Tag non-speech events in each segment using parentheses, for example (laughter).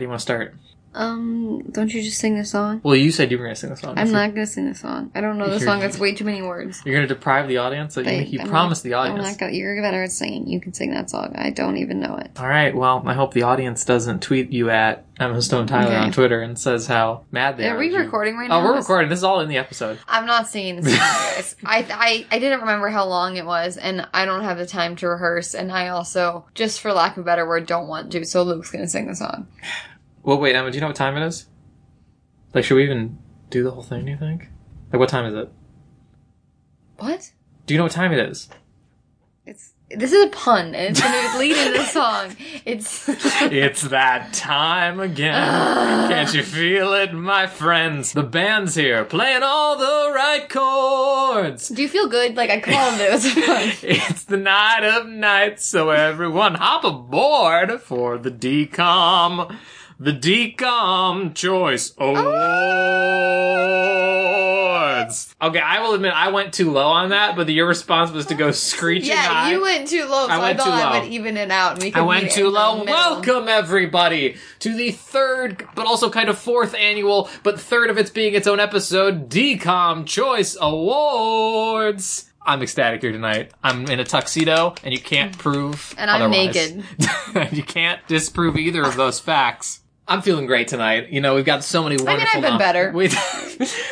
you want to start? Um, don't you just sing the song? Well, you said you were going to sing the song. I'm So not gonna sing the song. I don't know the You're- song. That's way too many words. You're going to deprive the audience. Like, you They- think you I'm promised the I'm audience. not gonna, you're better at singing. You can sing that song. I don't even know it. All right. Well, I hope the audience doesn't tweet you at Emma Stone Tyler Okay. on Twitter and says how mad they are. Are we at you. recording right now? Oh, we're recording. This is all in the episode. I'm not (laughs) singing the song, guys. I, I I didn't remember how long it was, and I don't have the time to rehearse, and I also, just for lack of a better word, don't want to. So Luke's gonna sing the song. Well, wait, Emma. Do you know what time it is? Like, should we even do the whole thing? Do you think? Like, what time is it? What? Do you know what time it (laughs) is? It's this is a pun, and it's gonna lead into the song. It's (laughs) It's that time again. (sighs) Can't you feel it, my friends? The band's here, playing all the right chords. Do you feel good? Like I called it. It was a pun. (laughs) It's the night of nights, so everyone hop aboard for the decom. The decom choice awards. Okay, I will admit I went too low on that, but your response was to go screeching Yeah, high. you went too low, so I, went thought too I low. would even it out. And we could I meet went in too the low. middle. Welcome everybody to the third, but also kind of fourth annual, but third of its being its own episode, DCOM Choice Awards. I'm ecstatic here tonight. I'm in a tuxedo, and you can't prove. And I'm otherwise. (laughs) you can't disprove either of those facts. I'm feeling great tonight. You know, we've got so many wonderful. I've been better. (laughs) We've,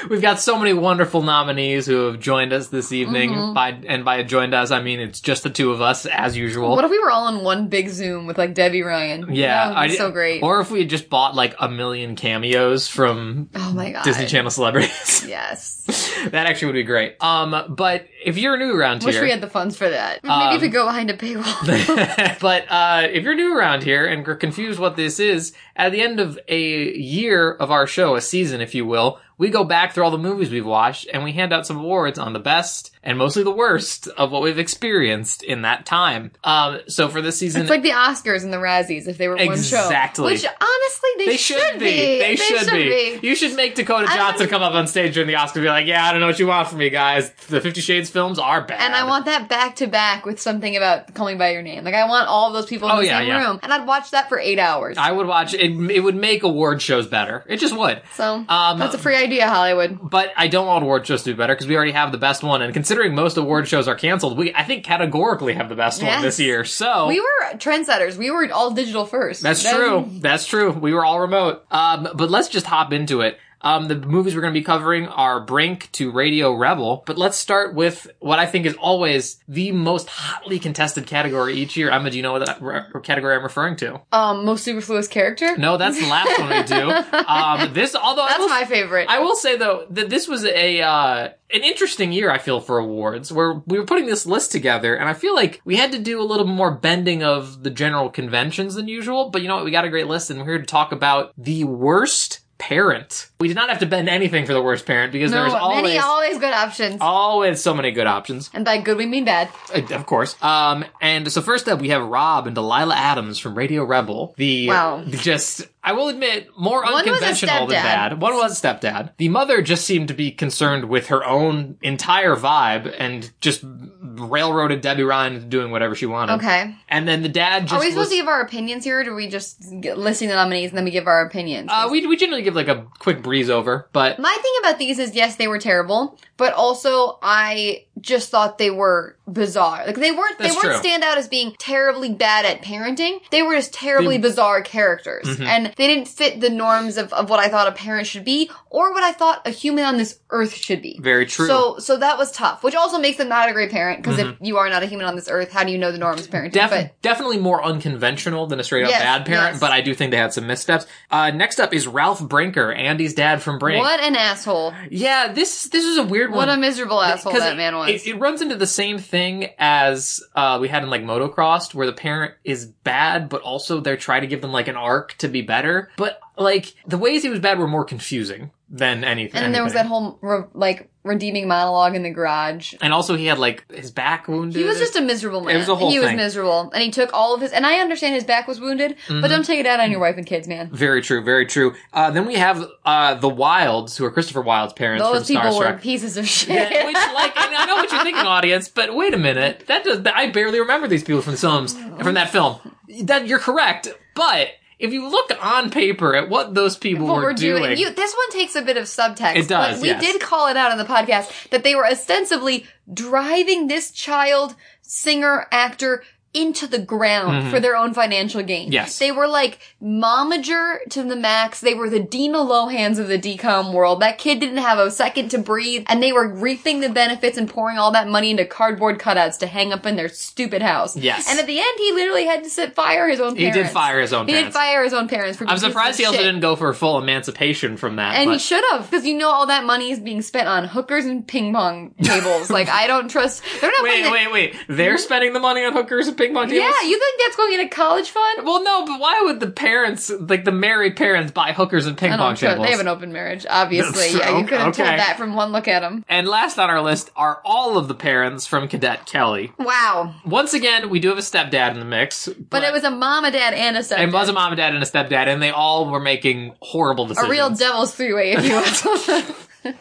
we've got so many wonderful nominees who have joined us this evening. Mm-hmm. By and by joined us, I mean it's just the two of us as usual. What if we were all in one big Zoom with like Debbie Ryan? Yeah, that would be I- so great. Or if we had just bought like a million cameos from oh my god, Disney Channel (laughs) celebrities, (laughs) Yes, that actually would be great. Um, but if you're new around wish here, we had (laughs) the funds for that. Maybe Um, if we go behind a paywall. (laughs) but uh, if you're new around here and are confused what this is, at the end of a year of our show, a season, if you will, we go back through all the movies we've watched and we hand out some awards on the best and mostly the worst of what we've experienced in that time. Um, so for this season, it's like the Oscars and the Razzies if they were Exactly. one show. Which honestly, they, They should, be. They, should, be. You should make Dakota I Johnson don't- come up on stage during the Oscars and be like, "Yeah, I don't know what you want from me, guys. The Fifty Shades films are bad." And I want that back to back with something about calling by your name. Like I want all those people in Oh, the yeah, same yeah. room, and I'd watch that for eight hours. I would watch it. It would make award shows better. It just would. so Um, that's a free idea, Hollywood. But I don't want award shows to do better because we already have the best one. And considering most award shows are canceled, we I think categorically have the best one Yes. this year. So We were trendsetters. We were all digital first. That's Then- true. That's true. We were all remote. Um, but let's just hop into it. Um, the movies we're going to be covering are Brink to Radio Rebel, but let's start with what I think is always the most hotly contested category each year. Emma, do you know what that re- category I'm referring to? Um, most superfluous character. No, that's the last one we do. (laughs) Um, this, although I that's will my favorite. I will say though that this was a uh, an interesting year. I feel for awards where we were putting this list together, and I feel like we had to do a little more bending of the general conventions than usual. But you know what? We got a great list, and we're here to talk about the worst parent. We did not have to bend anything for the worst parent because no, there's many always always good options, always so many good options. and by good we mean bad. Uh, Of course. Um, and so first up, we have Rob and Delilah Adams from Radio Rebel. The Wow. just, I will admit, more was a unconventional than stepdad. dad. One was stepdad. The mother just seemed to be concerned with her own entire vibe and just railroaded Debbie Ryan into doing whatever she wanted. Okay. And then the dad just Are Um, we was- supposed to give our opinions here, or do we just get, listing the nominees and then we give our opinions? uh, we we generally give like a quick breeze over, but My thing about these is yes, they were terrible, but also I just thought they were bizarre. Like they weren't they That's weren't true. stand out as being terribly bad at parenting. They were just terribly bizarre characters. Mm-hmm. And they didn't fit the norms of, of what I thought a parent should be or what I thought a human on this earth should be. very true. So so that was tough, which also makes them not a great parent because if you are not a human on this earth, how do you know the norms of parenting? Def- but definitely more unconventional than a straight up Yes, bad parent, yes. but I do think they had some missteps. Uh, next up is Ralph Brinker, Andy's dad from Brink. what an asshole. Yeah, this this is a weird What a one. miserable asshole 'Cause that man it- was. It, it runs into the same thing as uh, we had in like motocross, where the parent is bad, but also they're trying to give them like an arc to be better. But like the ways he was bad were more confusing than anything. and then there was that anything. whole re- like redeeming monologue in the garage. and also he had like his back wounded. He was just a miserable man. It was a whole he thing. was miserable, and he took all of his. And I understand his back was wounded, Mm-hmm. but don't take it out on your wife and kids, man. very true, very true. Uh, then we have uh, the Wilds, who are Christopher Wilde's parents Those from people were Starstruck. pieces of shit. Yeah, which like and I know what you're (laughs) thinking, audience, but wait a minute. That does I barely remember these people from the films from that film. That you're correct, but if you look on paper at what those people what were, doing, You, this one takes a bit of subtext. It does, but we yes. did call it out on the podcast that they were ostensibly driving this child singer actor into the ground for their own financial gain. Mm-hmm. Yes. They were like momager to the max. They were the Dina Lohans of the decom world. That kid didn't have a second to breathe and they were reaping the benefits and pouring all that money into cardboard cutouts to hang up in their stupid house. Yes. And at the end, he literally had to sit, fire his own he parents. did fire his own He did parents. fire his own parents. For being I'm pieces surprised of he also shit. didn't go for full emancipation from that. And but- he should have, because you know all that money is being spent on hookers and ping pong tables. like I don't trust. They're not. wait, putting it- wait, wait. They're spending the money on hookers and ping pong tables? Yeah, you think that's going into college fund? Well, no, but why would the parents, like the married parents, buy hookers and ping I pong don't trust. tables? They have an open marriage, obviously. So, yeah, you could have okay. told that from one look at them. and last on our list are all of the parents from Cadet Kelly. Wow, Once again, we do have a stepdad in the mix, but, but, it was a mom, a dad, and a it son. was a mom and dad and a stepdad, and they all were making horrible a decisions. real devil's three way, if you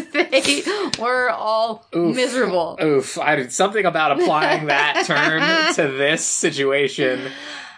will. (laughs) they were all Oof. miserable. Oof! I did something about applying (laughs) that term to this situation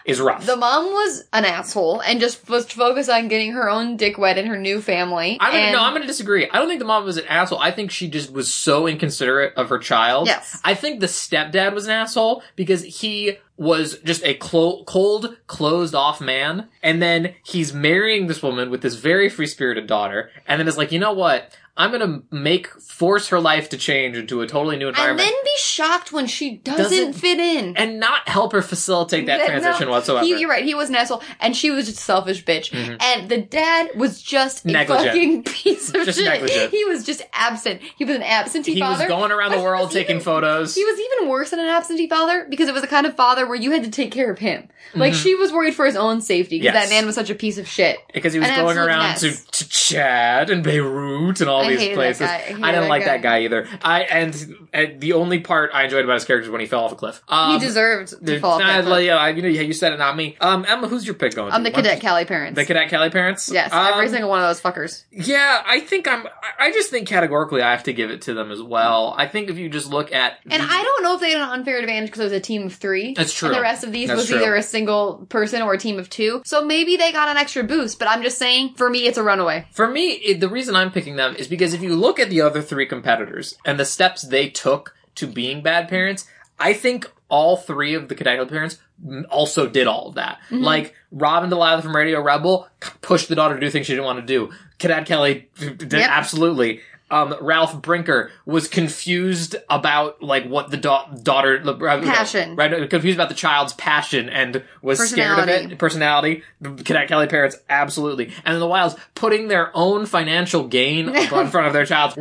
is rough. The mom was an asshole and just was focused on getting her own dick wet in her new family. I'm gonna, and no, I'm gonna disagree. I don't think the mom was an asshole. I think she just was so inconsiderate of her child. Yes. I think the stepdad was an asshole because he was just a clo- cold, closed off man. And then he's marrying this woman with this very free spirited daughter. And then is like, you know what? I'm gonna make, force her life to change into a totally new and environment. then be shocked when she doesn't, Doesn't- fit in. And not help her facilitate that, no, transition whatsoever. Mm-hmm. He, you're right. He was an asshole, and she was just a selfish bitch. And the dad was just a Negligent. fucking (laughs) piece of Just shit. negligent. He was just absent. He was an absentee He father. was going around but the he was world taking even- photos. He was even worse than an absentee father because it was the kind of father where you had to take care of him. Like she was worried for his own safety because Mm-hmm. Yes. that man was such a piece of shit. Because he was An going absolute around mess. to, to Chad and Beirut and all I these hated that places. guy. I hated didn't that like guy. that guy either. I and, and the only part I enjoyed about his character is when he fell off a cliff. Um, he deserved to there's- fall off. nah, that cliff. like, yeah, you know, yeah, you said it, not me. Um, Emma, who's your pick going? I'm to? the What- cadet Cali parents. The cadet Cali parents. yes, Um, every single one of those fuckers. Yeah, I think I'm. I- I just think categorically I have to give it to them as well. I think if you just look at And the- I don't know if they had an unfair advantage because it was a team of three. Mm-hmm. That's true. And the rest of these That's was true. either a single person or a team of two. So maybe they got an extra boost, but I'm just saying, for me, it's a runaway. For me, it, the reason I'm picking them is because if you look at the other three competitors and the steps they took to being bad parents, I think all three of the cadet parents m- also did all of that. Mm-hmm. Like Robin Delilah from Radio Rebel c- pushed the daughter to do things she didn't want to do. Cadet Kelly d- d- did Yep. absolutely. Um, Ralph Brinker was confused about like what the da- daughter the- uh, Passion. right? Confused about the child's passion and was scared of Personality. it personality, the Cadet Kelly parents, absolutely. And the Wilds putting their own financial gain up (laughs) in front of their child,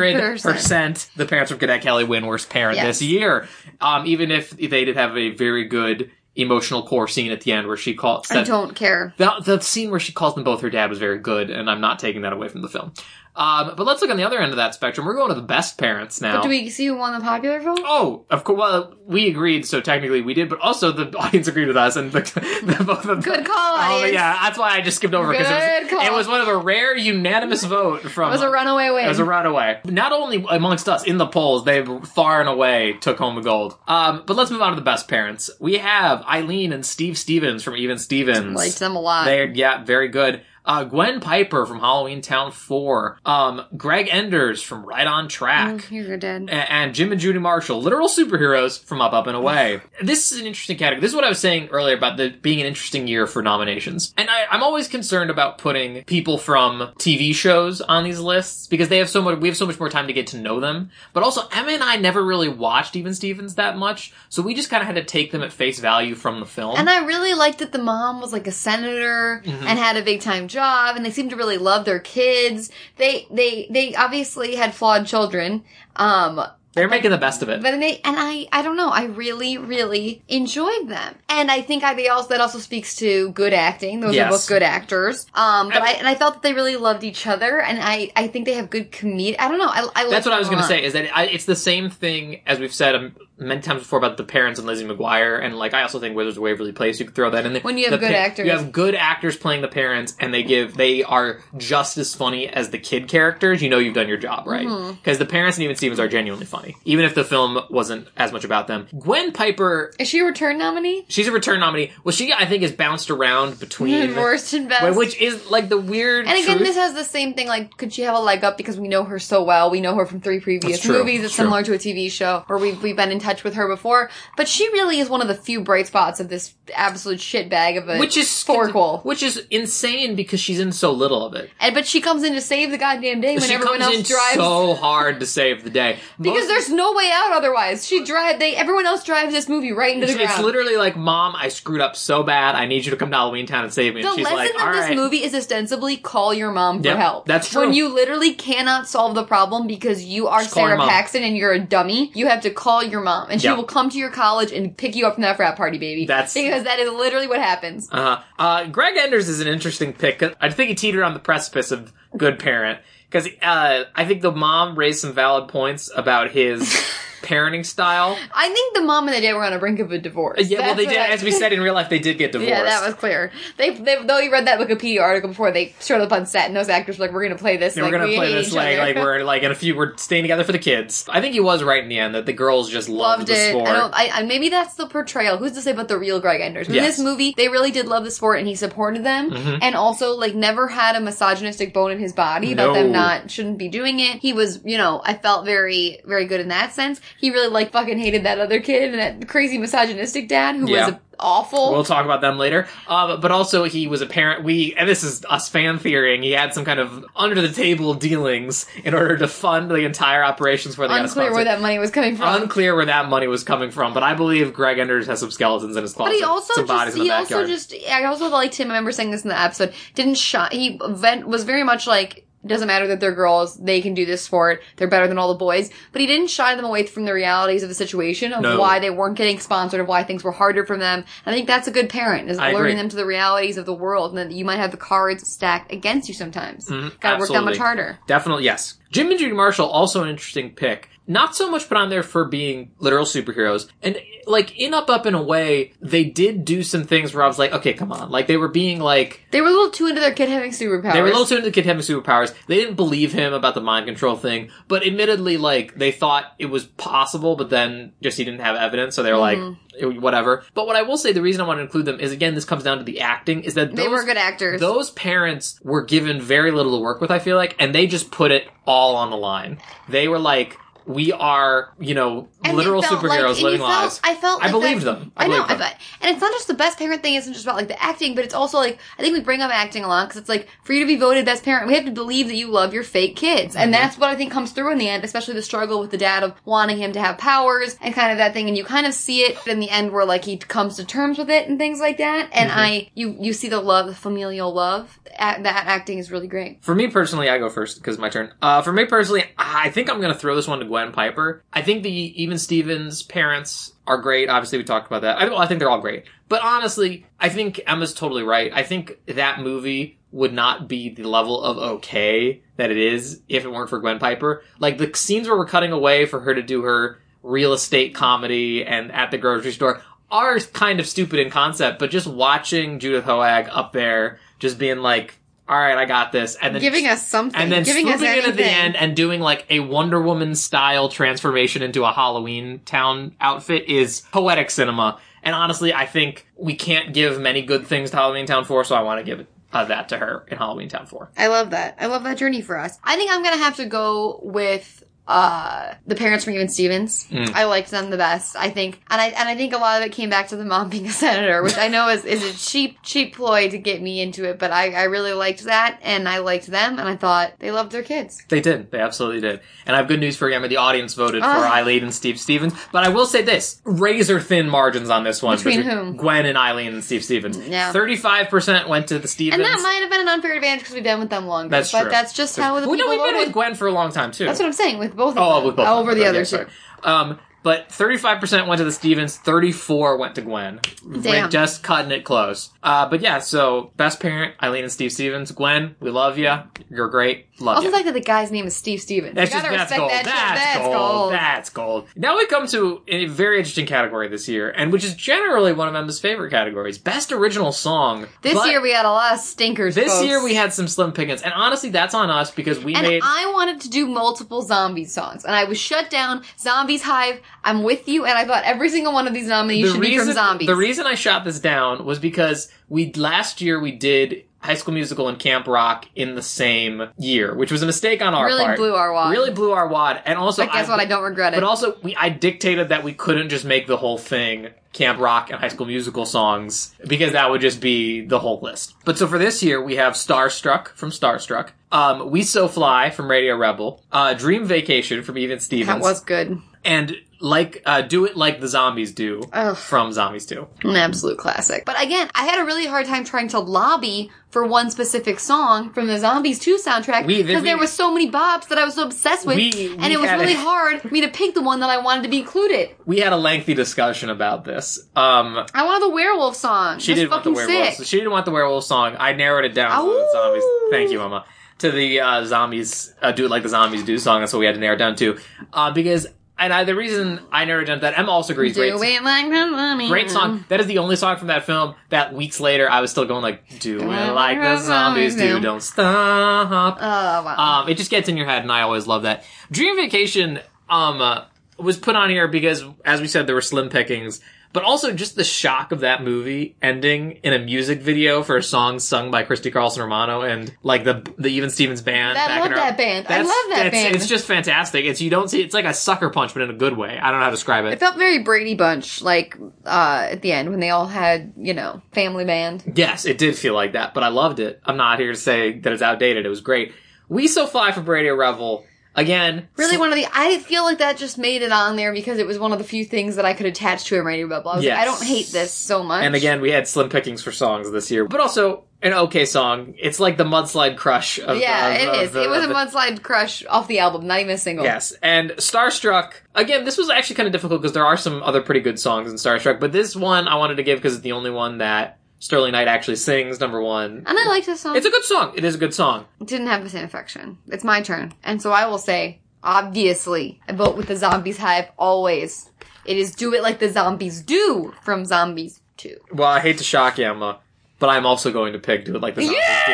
100%. The parents from Cadet Kelly win worst parent Yes. this year. Um, even if they did have a very good emotional core scene at the end where she called, I said, don't care. the, the scene where she calls them both her dad was very good, and I'm not taking that away from the film. Um, but let's look on the other end of that spectrum. We're going to the best parents now. But do we see who won the popular vote? Oh, of course. Well, we agreed, so technically we did, but also the audience agreed with us, and the, (laughs) the both of Good call, (laughs) Oh, audience. yeah, that's why I just skipped over because it, Good was- call. it was one of a rare unanimous vote from. It was a runaway win. It was a runaway. Not only amongst us in the polls, they far and away took home the gold. Um, but let's move on to the best parents. We have Eileen and Steve Stevens from Even Stevens. Liked them a lot. They yeah, very good. Uh, Gwen Piper from Halloween Town Four. Um, Greg Enders from Right on Track Mm, You're dead. a- and Jim and Judy Marshall, literal superheroes from Up, Up and Away. this is an interesting category. This is what I was saying earlier about the being an interesting year for nominations. And I, I'm always concerned about putting people from TV shows on these lists because they have so much. We have so much more time to get to know them. But also, Emma and I never really watched Even Stevens that much, so we just kind of had to take them at face value from the film. And I really liked that the mom was like a senator Mm-hmm. and had a big time job, and they seemed to really love their kids. They they they obviously had flawed children, um, They're making the best of it. But then they, and I, I don't know. I really, really enjoyed them, and I think I, they also that also speaks to good acting. Those Yes. are both good actors. Um, but I and I felt that they really loved each other, and I, I think they have good comedic. I don't know. I, I That's what I was going to say. Is that I, it's the same thing as we've said um, many times before about the parents and Lizzie McGuire, and like I also think Wizards of Waverly Place. You could throw that in there. When you have The good actors. you have good actors playing the parents, and they give they are just as funny as the kid characters. You know you've done your job right Mm-hmm. because the parents and even Stevens are genuinely funny, even if the film wasn't as much about them. Gwen Piper. Is she a return nominee? She's a return nominee. Well, she I think is bounced around between (laughs) Mm, worst and best. which is like the weird. and again, truth. this has the same thing. Like, could she have a leg up because we know her so well? We know her from three previous That's true. movies. It's That's true. similar to a TV show, or we've we've been in touch with her before. But she really is one of the few bright spots of this absolute shit bag of a which is forkle. which is insane because she's in so little of it. And but she comes in to save the goddamn day when she everyone comes else in drives. so hard to save the day (laughs) because Most- there's no way out otherwise. She drive they everyone else drives this movie right into the It's ground. literally like, Mom, I screwed up so bad. I need you to come to Halloween Town and save me. the and she's lesson like, of All this right. movie is ostensibly call your mom for Yep, help. that's true. When you literally cannot solve the problem because you are Just call Sarah your mom. Paxton and you're a dummy, you have to call your mom, and she Yep. will come to your college and pick you up from that frat party, baby. That's- because that is literally what happens. Uh-huh. Uh, Greg Enders is an interesting pick. 'cause I think he teetered on the precipice of good parent because uh, I think the mom raised some valid points about his (laughs) parenting style. I think the mom and the dad were on the brink of a divorce. Uh, Yeah, well, That's they what did. I- As we said in real life, they did get divorced. Yeah, that was clear. They, they though you read that Wikipedia article before they showed up on set, and those actors were like, "We're gonna play this. Yeah, like, we're gonna we play hate this each like other." like we're like in a few we're staying together for the kids. I think he was right in the end that the girls just loved, (laughs) loved the it. sport. I don't. I, I, maybe that's the portrayal. Who's to say about the real Greg Enders? In Yes. Mm-hmm. this movie, they really did love the sport, and he supported them, and also like never had a misogynistic bone in his body about them No. not shouldn't be doing it. He was, you know, I felt very very good in that sense. He really like fucking hated that other kid and that crazy misogynistic dad who Yeah. was awful. We'll talk about them later. Um, but also, he was a parent. We and this is us fan theorying. He had some kind of under the table dealings in order to fund the entire operations for the Unclear where that money was coming from. Unclear where that money was coming from, but I believe Greg Enders has some skeletons in his closet. But he also some bodies just, in the he backyard. also just, I also liked him. I remember saying this in the episode. Didn't shy. He vent was very much like doesn't matter that they're girls. They can do this sport. They're better than all the boys. But he didn't shy them away from the realities of the situation of No. why they weren't getting sponsored, of why things were harder for them. I think that's a good parent is I alerting agree. them to the realities of the world and that you might have the cards stacked against you sometimes. Gotta work that Mm-hmm. absolutely. much harder. Definitely, yes. Jim and Judy Marshall, also an interesting pick. Not so much put on there for being literal superheroes. And, like, in Up Up in a way, they did do some things where I was like, okay, come on. Like, they were being, like, They were a little too into their kid having superpowers. They were a little too into the kid having superpowers. They didn't believe him about the mind control thing, but admittedly, like they thought it was possible, but then just he didn't have evidence, so they were Mm-hmm. like, eh, whatever. But what I will say, the reason I want to include them is again, this comes down to the acting. Is that those, They were good actors. Those parents were given very little to work with. I feel like, and they just put it all on the line. They were like. We are, you know, And literal it felt like- superheroes and you living felt- lives. I felt. Like I believed that- them. I, know. believed I them. bet. And it's not just the best parent thing. It's not just about like the acting, but it's also like I think we bring up acting a lot because it's like for you to be voted best parent, we have to believe that you love your fake kids, Mm-hmm. and that's what I think comes through in the end, especially the struggle with the dad of wanting him to have powers and kind of that thing, and you kind of see it in the end where like he comes to terms with it and things like that, and Mm-hmm. I you you see the love, the familial love. A- that acting is really great. For me personally, I go first because my turn. Uh, for me personally, I think I'm going to throw this one to Gwen Piper. I think the even Stevens parents are great. Obviously, we talked about that. I, well, I think they're all great. But honestly, I think Emma's totally right. I think that movie would not be the level of okay that it is if it weren't for Gwen Piper. Like the scenes where we're cutting away for her to do her real estate comedy and at the grocery store are kind of stupid in concept, but just watching Judith Hoag up there, just being like, all right, I got this. And then Giving us something, and then giving us swooping in at the anything. end and doing like a Wonder Woman style transformation into a Halloween town outfit is poetic cinema. And honestly, I think we can't give many good things to Halloween Town 4, so I want to give uh, that to her in Halloween Town 4. I love that. I love that journey for us. I think I'm gonna have to go with uh the parents from even Stevens. Hmm. I liked them the best, I think. And I and I think a lot of it came back to the mom being a senator, which I know is, is a cheap, cheap ploy to get me into it, but I, I really liked that and I liked them and I thought they loved their kids. They did. They absolutely did. And I have good news for you. I mean, the audience voted for Ah. Eileen and Steve Stevens. But I will say this razor thin margins on this one Between whom? Gwen and Eileen and Steve Stevens. Yeah. 35% went to the Stevens. And that might have been an unfair advantage because we've been with them longer. That's but true. that's just how the Well, no, people we've been voted. with Gwen for a long time, too. that's what I'm saying, with both of Oh, them. with both. over of them. the Yeah, other sorry. two. Um, but 35% went to the Stevens, 34 went to Gwen. Damn. We're just cutting it close. Uh, but yeah, so best parent, Eileen and Steve Stevens. Gwen, we love you. You're great. Love Also, you. the fact that the guy's name is Steve Stevens. that's you just, gotta that's respect gold. that shit. That's, gold. That's that's gold. Now we come to a very interesting category this year, and which is generally one of Emma's favorite categories: best original song. This But year we had a lot of stinkers. this folks. year we had some slim pickings, and honestly, that's on us because we And made. I wanted to do multiple zombie songs, and I was shut down. Zombies Hive, I'm with you, and I thought every single one of these nominees should be from zombies. The reason I shot this down was because we last year we did High School Musical and Camp Rock in the same year, which was a mistake on our really part. blew our wad. Really blew our wad, and also but guess I, what? I don't regret it. But also, we I dictated that we couldn't just make the whole thing Camp Rock and High School Musical songs because that would just be the whole list. But so for this year, we have Starstruck from Starstruck, um, We So Fly from Radio Rebel, uh, Dream Vacation from Even Stevens, that was good. and like uh, Do It Like the Zombies Do Ugh. from Zombies Do. An absolute classic. But again, I had a really hard time trying to lobby for one specific song from the Zombies 2 soundtrack We- then because there we- were so many bops that I was so obsessed with, We- we and it was had really a- hard for me to pick the one that I wanted to be included. We had a lengthy discussion about this. Um, I wanted the werewolf song. she It was didn't want the fucking werewolf. sick. She didn't want the werewolf song. I narrowed it down to the Ow. zombies. Thank you, Mama. To the uh, zombies, uh, do it like the zombies do song. That's what we had to narrow it down to. Uh, because and I, the reason I narrowed it down to that, Emma also agrees. Do Great, it like the zombie. great song. That is the only song from that film that weeks later I was still going like, do it like the zombies do. Don't stop. Oh wow. Um, it just gets in your head, and I always love that. Dream Vacation um, uh, was put on here because, as we said, there were slim pickings, but also just the shock of that movie ending in a music video for a song sung by Christy Carlson Romano and like the the Even Stevens band. I back love in our- that band. I That's- love that that's- band. It's just fantastic. It's you don't see. It's like a sucker punch, but in a good way. I don't know how to describe It it. felt very Brady Bunch, like uh, at the end when they all had, you know, family band. Yes, it did feel like that, but I loved it. I'm not here to say that it's outdated. It was great. We so fly for Radio Revel again. Really, one of the I feel like that just made it on there because it was one of the few things that I could attach to a radio bubble. I was Yes. like, I don't hate this so much. And again, we had slim pickings for songs this year, but also an okay song. It's like the mudslide crush. Of, yeah, of- it of is. the- it was of the- a mudslide crush off the album, not even a single. Yes, and Starstruck. Again, this was actually kind of difficult because there are some other pretty good songs in Starstruck, but this one I wanted to give because it's the only one that Sterling Knight actually sings. Number one, And I liked this song. it's a good song. It is a good song. It didn't have the same affection. It's my turn, and so I will say, obviously, I vote with the Zombies Hive always. It is "Do It Like the Zombies Do" from Zombies Two. Well, I hate to shock you, Emma, but I'm also going to pick "Do It Like the Zombies Yes,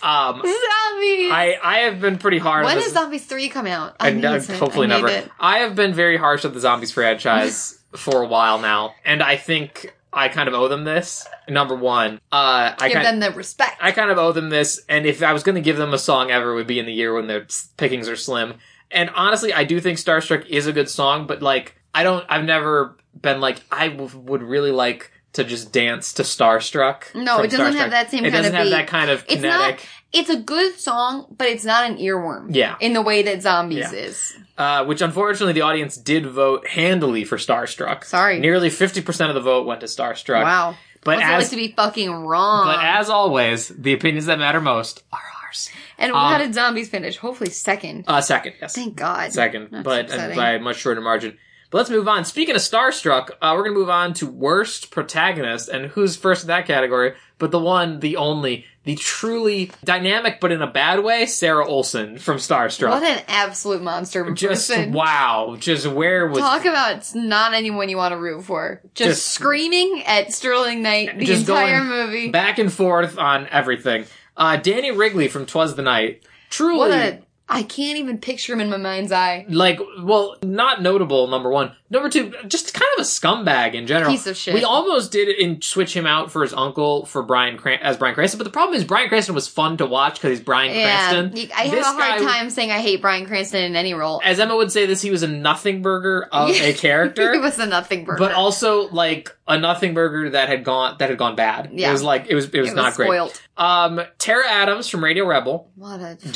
Do." Um, zombies. I I have been pretty hard. on When this. does Zombies 3 come out? I and need uh, it. hopefully I never. need it. I have been very harsh of the zombies franchise for a while now, and I think I kind of owe them this. Number one, uh, I Give kind them the respect. I kind of owe them this, and if I was going to give them a song ever, it would be in the year when their s- pickings are slim. And honestly, I do think Starstruck is a good song, but like I don't, I've never been like I w- would really like to just dance to Starstruck. No, from it doesn't have Starstruck. that same It kind doesn't of have beat. that kind of It's kinetic. not. It's a good song, but it's not an earworm. Yeah. In the way that Yeah. Zombies is. uh, which unfortunately the audience did vote handily for Starstruck. Sorry. nearly fifty percent of the vote went to Starstruck. Wow. But What's it like as to be fucking wrong? but as always, the opinions that matter most are ours. and um, how did Zombies finish? Hopefully second. Uh, second, yes, Thank God. second, That's but and upsetting. by a much shorter margin. But let's move on. Speaking of Starstruck, uh, we're gonna move on to worst protagonist, and who's first in that category? But the one, the only, the truly dynamic, but in a bad way, Sarah Olson from Starstruck. What an absolute monster of a just person. wow! Just where was Talk about it's not anyone you want to root for. Just, Just- screaming at Sterling Knight (laughs) the Just entire going movie. back and forth on everything. Uh, Danny Wrigley from Twas the Night, truly, What a. I can't even picture him in my mind's eye. like, well, not notable. Number one, number two, just kind of a scumbag in general. Piece of shit. We almost did it and switch him out for his uncle for Brian Cran- as Brian Cranston, but the problem is Brian Cranston was fun to watch because he's Brian Cranston. you- I have This a hard guy- time saying I hate Brian Cranston in any role. As Emma would say, this he was a nothing burger (laughs) of a He character. was a nothing burger. But also like a nothing burger that had gone that had gone bad. It Yeah. was like it was it was It not was great. spoiled. Um Tara Adams from Radio Rebel. What a Just-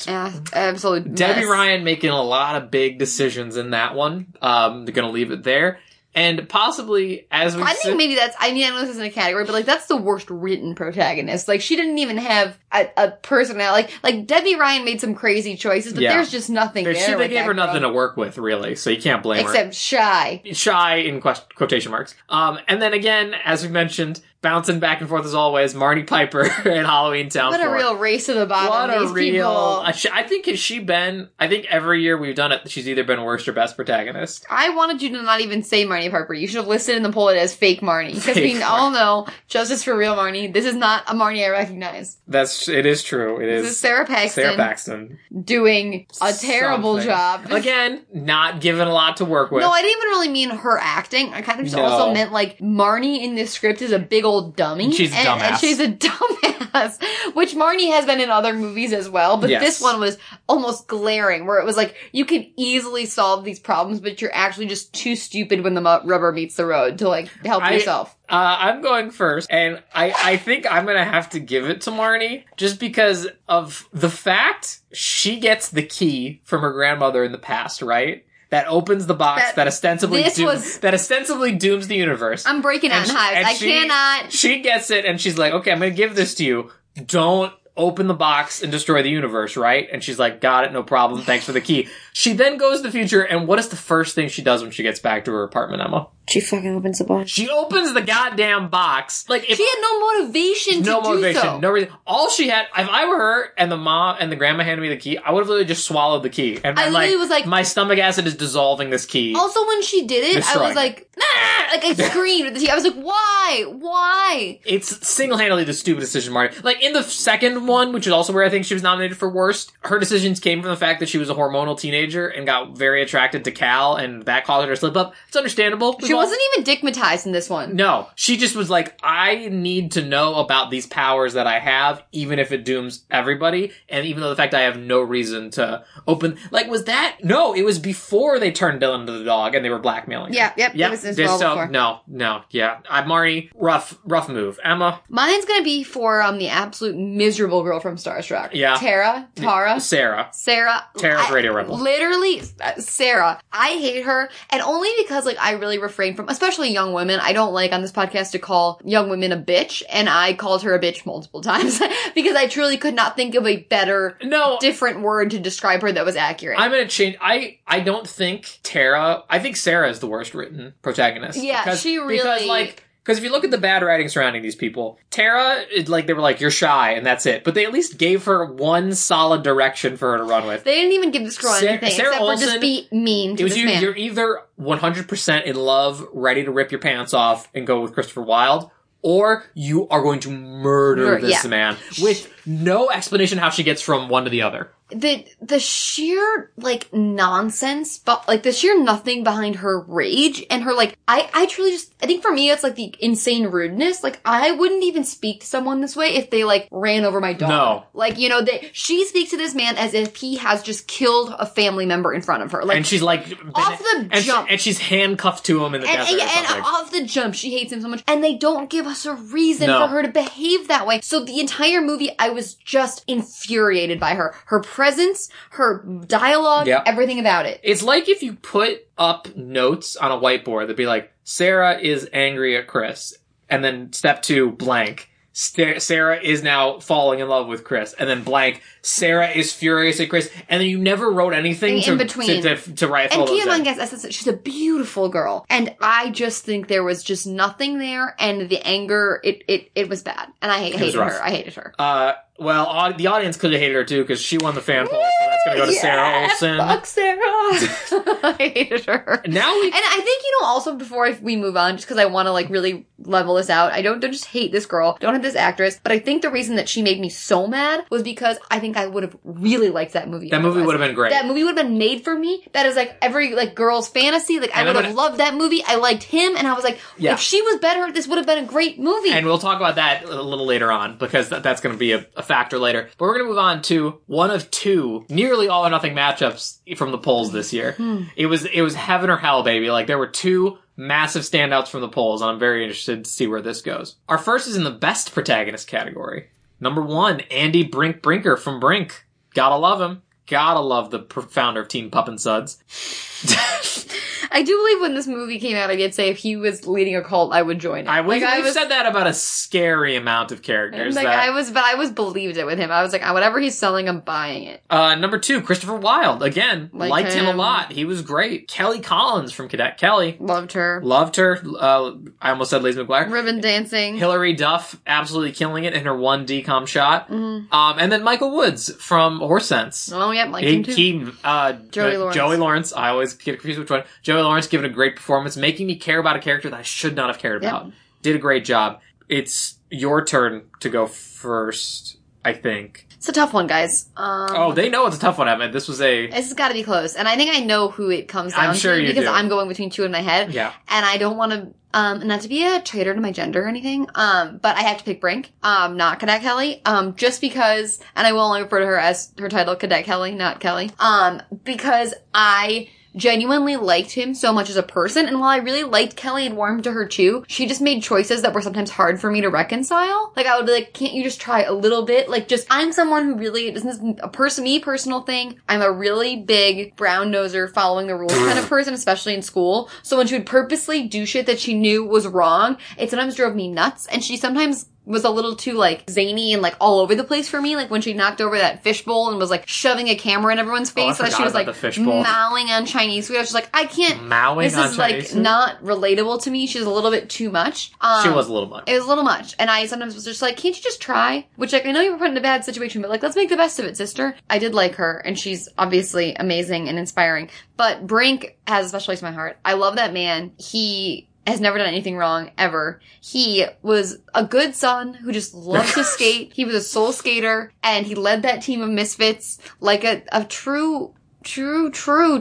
just fucking a- absolute Debbie mess. Ryan making a lot of big decisions in that one. Um, they're gonna leave it there, and possibly as we I said- think maybe that's. I mean, I know this isn't a category, but like that's the worst written protagonist. Like she didn't even have a, a personality. Like like Debbie Ryan made some crazy choices, but Yeah. there's just nothing they, there. she, they with gave that her nothing girl. to work with, really. So you can't blame except shy. her. Shy in quest- quotation marks. Um, and then again, as we mentioned, bouncing back and forth as always, Marty Piper (laughs) in Halloween Town. What a Four. real race to the bottom. What a These real! people. I sh- I think has she been? I think every year we've done it, she's either been worst or best protagonist. I wanted you to not even say Marnie Piper. You should have listed in the poll it as fake (laughs) Marnie. Because Fake we all know, justice for real Marnie, this is not a Marnie I recognize. That's it is true. It This is is Sarah Paxton Sarah Paxton. doing a terrible Something. job. again. Not given a lot to work with. no, I didn't even really mean her acting. I kind of just No. also meant like Marnie in this script is a big old dummy. She's a and, dumbass. And she's a (laughs) dumbass. Which Marnie has been in other movies as well, but Yes. this one was almost glaring, where it was like you could easily solve these problems, but you're actually just too stupid when the mu- rubber meets the road to like help I- yourself. Uh, I'm going first, and I, I think I'm gonna have to give it to Marnie just because of the fact she gets the key from her grandmother in the past, right? That opens the box that, That- ostensibly this doom- was- that ostensibly dooms the universe. I'm breaking out And in she- and hives. I she- cannot. She gets it, and she's like, "Okay, I'm gonna give this to you. Don't." Open the box and destroy the universe, right? And she's like, Got it, no problem. Thanks for the key. She then goes to the future, and what is the first thing she does when she gets back to her apartment, Emma? She fucking opens the box. She opens the goddamn box. Like if She had no motivation no to motivation, do so. no reason. All she had, if I were her and the mom and the grandma handed me the key, I would have literally just swallowed the key. And I been literally was like- my stomach acid is dissolving this key. Also, when she did it, I Destroying was like, "Ah!" (laughs) like I screamed at the TV. I was like, why? Why? it's single-handedly the stupidest decision, Marty. Like in the second one, which is also where I think she was nominated for worst, her decisions came from the fact that she was a hormonal teenager and got very attracted to Cal, and that caused her to slip up. It's understandable. We've She all- wasn't even dickmatized in this one. No, she just was like, I need to know about these powers that I have, even if it dooms everybody, and even though the fact I have no reason to open. Like, was that? No, it was before they turned Dylan to the dog and they were blackmailing. Yeah, him. yep, it was- it was well before. no, no, yeah. I, Marnie, rough, rough move. Emma, Mine's gonna be for um the absolute miserable girl from Starstruck. Yeah. Tara, Tara, Sarah. Sarah. Tara's I- Radio Rebel. Literally, uh, Sarah. I hate her, and only because like I really refrain from, especially young women. I don't like on this podcast to call young women a bitch, and I called her a bitch multiple (laughs) times because I truly could not think of a better, No, different word to describe her that was accurate. I'm gonna change. I I don't think Tara. I think Sarah is the worst written protagonist. Yeah, she because really- like because if you look at the bad writing surrounding these people, Tara it, like they were like you're shy and that's it. But they at least gave her one solid direction for her to run with. They didn't even give this girl Sarah- anything Sarah except for Olsen- just be mean to It was this you. man. You're either 100 percent in love, ready to rip your pants off and go with Christopher Wilde. Or you are going to murder Murder, this yeah. man with no explanation how she gets from one to the other. the the sheer like nonsense, but like the sheer nothing behind her rage and her like I I truly just I think for me it's like the insane rudeness. Like I wouldn't even speak to someone this way if they like ran over my dog. No. Like you know that she speaks to this man as if he has just killed a family member in front of her. Like And she's like Off the and, she- jump. and she's handcuffed to him in the and, desert. or and something. off the jump, she hates him so much. And they don't give us a reason No. for her to behave that way. So the entire movie, I was just infuriated by her. Her presence, her dialogue, Yep. everything about it. It's like if you put up notes on a whiteboard that'd be like, Sarah is angry at Chris. And then step two, blank. Sta- Sarah is now falling in love with Chris. And then blank, Sarah is furious at Chris. And then you never wrote anything In to, between. To, to, to write all And those Kia in. Mongas, she's a beautiful girl. And I just think there was just nothing there. And the anger, it it, it was bad. And I hate, was hated rough. her. I hated her. Uh, well, au- the audience could have hated her too because she won the fan poll. So that's going to go to Sarah (laughs) Yeah, Olson. (laughs) Fuck Sarah. I hated her. Now we And I think you know. Also, before I- we move on, just because I want to like really level this out, I don't, don't just hate this girl, don't hate this actress, but I think the reason that she made me so mad was because I think I would have really liked that movie. that movie otherwise. would have been great. That movie would have been made for me. That is like every like girl's fantasy. Like I And I'm would have gonna- loved that movie. I liked him, and I was like, Yeah. if she was better, this would have been a great movie. And we'll talk about that a little later on because that, that's going to be a, a factor later. But we're going to move on to one of two nearly all or nothing matchups from the polls this year. Hmm. It was it was heaven or hell, baby. Like there were two massive standouts from the polls, and I'm very interested to see where this goes. Our first is in the best protagonist category. Number one, Andy Brink Brinker from Brink. (laughs) Gotta love him. Gotta love the pr- founder of Team Pup and Suds. I do believe when this movie came out, I did say if he was leading a cult, I would join it. I we, like, I we've was, said that about a scary amount of characters. like that- I was, but I was believed it with him. I was like, "Ah, whatever he's selling, I'm buying it. Uh, number two, Christopher Wilde. Again, Like liked him. a him. lot. He was great. Kelly Collins from Cadet Kelly. Loved her. Loved her. Uh, I almost said Liz McGuire. (laughs) Ribbon dancing. Hillary Duff absolutely killing it in her one decom shot. Mhm. Um, and then Michael Woods from Horse Sense. Oh yeah, like He, him too. he, uh, Joey uh, Lawrence. Joey Lawrence. I always get confused which one. Joey Lawrence giving a great performance, making me care about a character that I should not have cared Yep. about. Did a great job. It's your turn to go first, I think. It's a tough one, guys. Um, Oh, they know it's a tough one, Evan. This was a. This has got to be close, and I think I know who it comes I'm down sure to you because do. I'm going between two in my head, Yeah. and I don't want to. Um, not to be a traitor to my gender or anything, um, but I have to pick Brink, um, not Cadet Kelly, um, just because, and I will only refer to her as her title, Cadet Kelly, not Kelly, um, because I genuinely liked him so much as a person, and while I really liked Kelly and warmed to her too, she just made choices that were sometimes hard for me to reconcile. Like I would be like, can't you just try a little bit? Like just I'm someone who really this is a person me personal thing. I'm a really big brown noser following the (laughs) rules kind of person, especially in school. So when she would purposely do shit that she knew was wrong, it sometimes drove me nuts and she sometimes was a little too like zany and like all over the place for me. Like when she knocked over that fishbowl and was like shoving a camera in everyone's Oh, I face, so that she forgot was about like the fishbowl. mowing on Chinese food. I was just like, I can't. Mowing this on is Chinese like food? not relatable to me. She's a little bit too much. Um, She was a little much. It was a little much, and I sometimes was just like, "Can't you just try?" Which, like, I know you were put in a bad situation, but like, let's make the best of it, sister. I did like her, and she's obviously amazing and inspiring. But Brink has a special place in my heart. I love that man. He has never done anything wrong ever. He was a good son who just loved to skate. He was a soul skater, and he led that team of misfits like a, a true. True, true,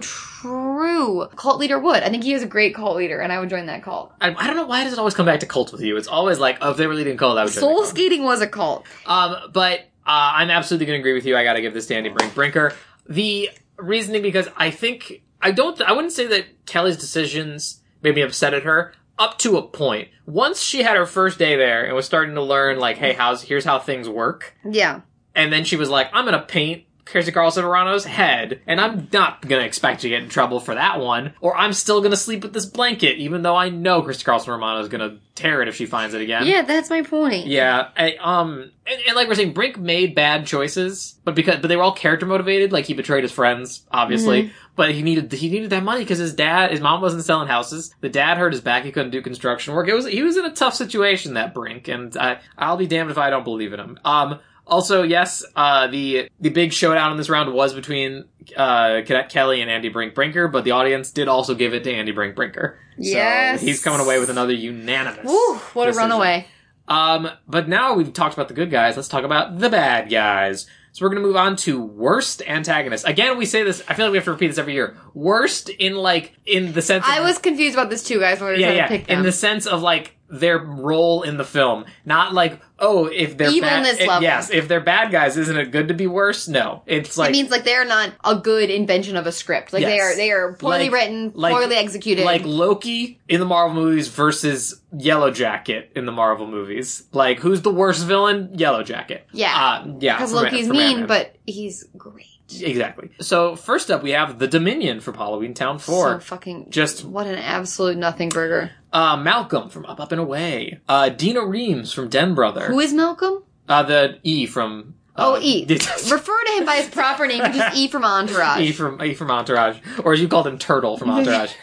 true. Cult leader would. I think he is a great cult leader, and I would join that cult. I, I don't know why does it always come back to cult with you. It's always like, oh, if they were leading cult, that would Soul Souls. skating was a cult. Um, but uh, I'm absolutely going to agree with you. I got to give this to Andy Brink Brinker. The reasoning because I think I don't. I wouldn't say that Kelly's decisions made me upset at her. Up to a point. Once she had her first day there and was starting to learn, like, hey, how's here's how things work. Yeah. And then she was like, I'm gonna paint Kirsty Carlson Arano's head, and I'm not gonna expect to get in trouble for that one, or I'm still gonna sleep with this blanket, even though I know Kirsty Carlson Romano's gonna tear it if she finds it again. Yeah, that's my point. Yeah, I, um, and, and like we're saying, Brink made bad choices, but because but they were all character motivated. Like he betrayed his friends, obviously, Mm-hmm. but he needed he needed that money because his dad, his mom wasn't selling houses. The dad hurt his back; he couldn't do construction work. It was he was in a tough situation that Brink, and I I'll be damned if I don't believe in him. Um. Also, yes, uh, the the big showdown in this round was between uh, Cadet Kelly and Andy Brink Brinker, but the audience did also give it to Andy Brink Brinker. Yes. so he's coming away with another unanimous. Woo, what a decision. runaway. Um, but now we've talked about the good guys, let's talk about the bad guys. So we're gonna move on to worst antagonists. Again, we say this, I feel like we have to repeat this every year. Worst in like, in the sense of, I was confused about this too, guys, when we were yeah, trying yeah, to pick in them. the sense of like, their role in the film. Not like, oh, if they're bad, Evilness if- level. yes, if they're bad guys, isn't it good to be worse? No. It's like, it means like they're not a good invention of a script. Like they Yes. are they are poorly Like- written, like- poorly executed. like Loki in the Marvel movies versus Yellow Jacket in the Marvel movies. Like, who's the worst villain? Yellow Jacket. Yeah. Uh, yeah. because for Ant- Loki's for mean, Ant-Man. but he's great. Exactly. So first up, we have the Dominion from Halloween Town So Four. fucking just- what an absolute nothing burger. uh, Malcolm from Up Up and Away. Uh, Dina Reams from Den Brother. Who is Malcolm? uh, the E from. uh, oh, (laughs) E. (laughs) Refer to him by his proper name, which is E from E Entourage. (laughs) from E from Entourage, or as you called him, Turtle E from (laughs) Entourage.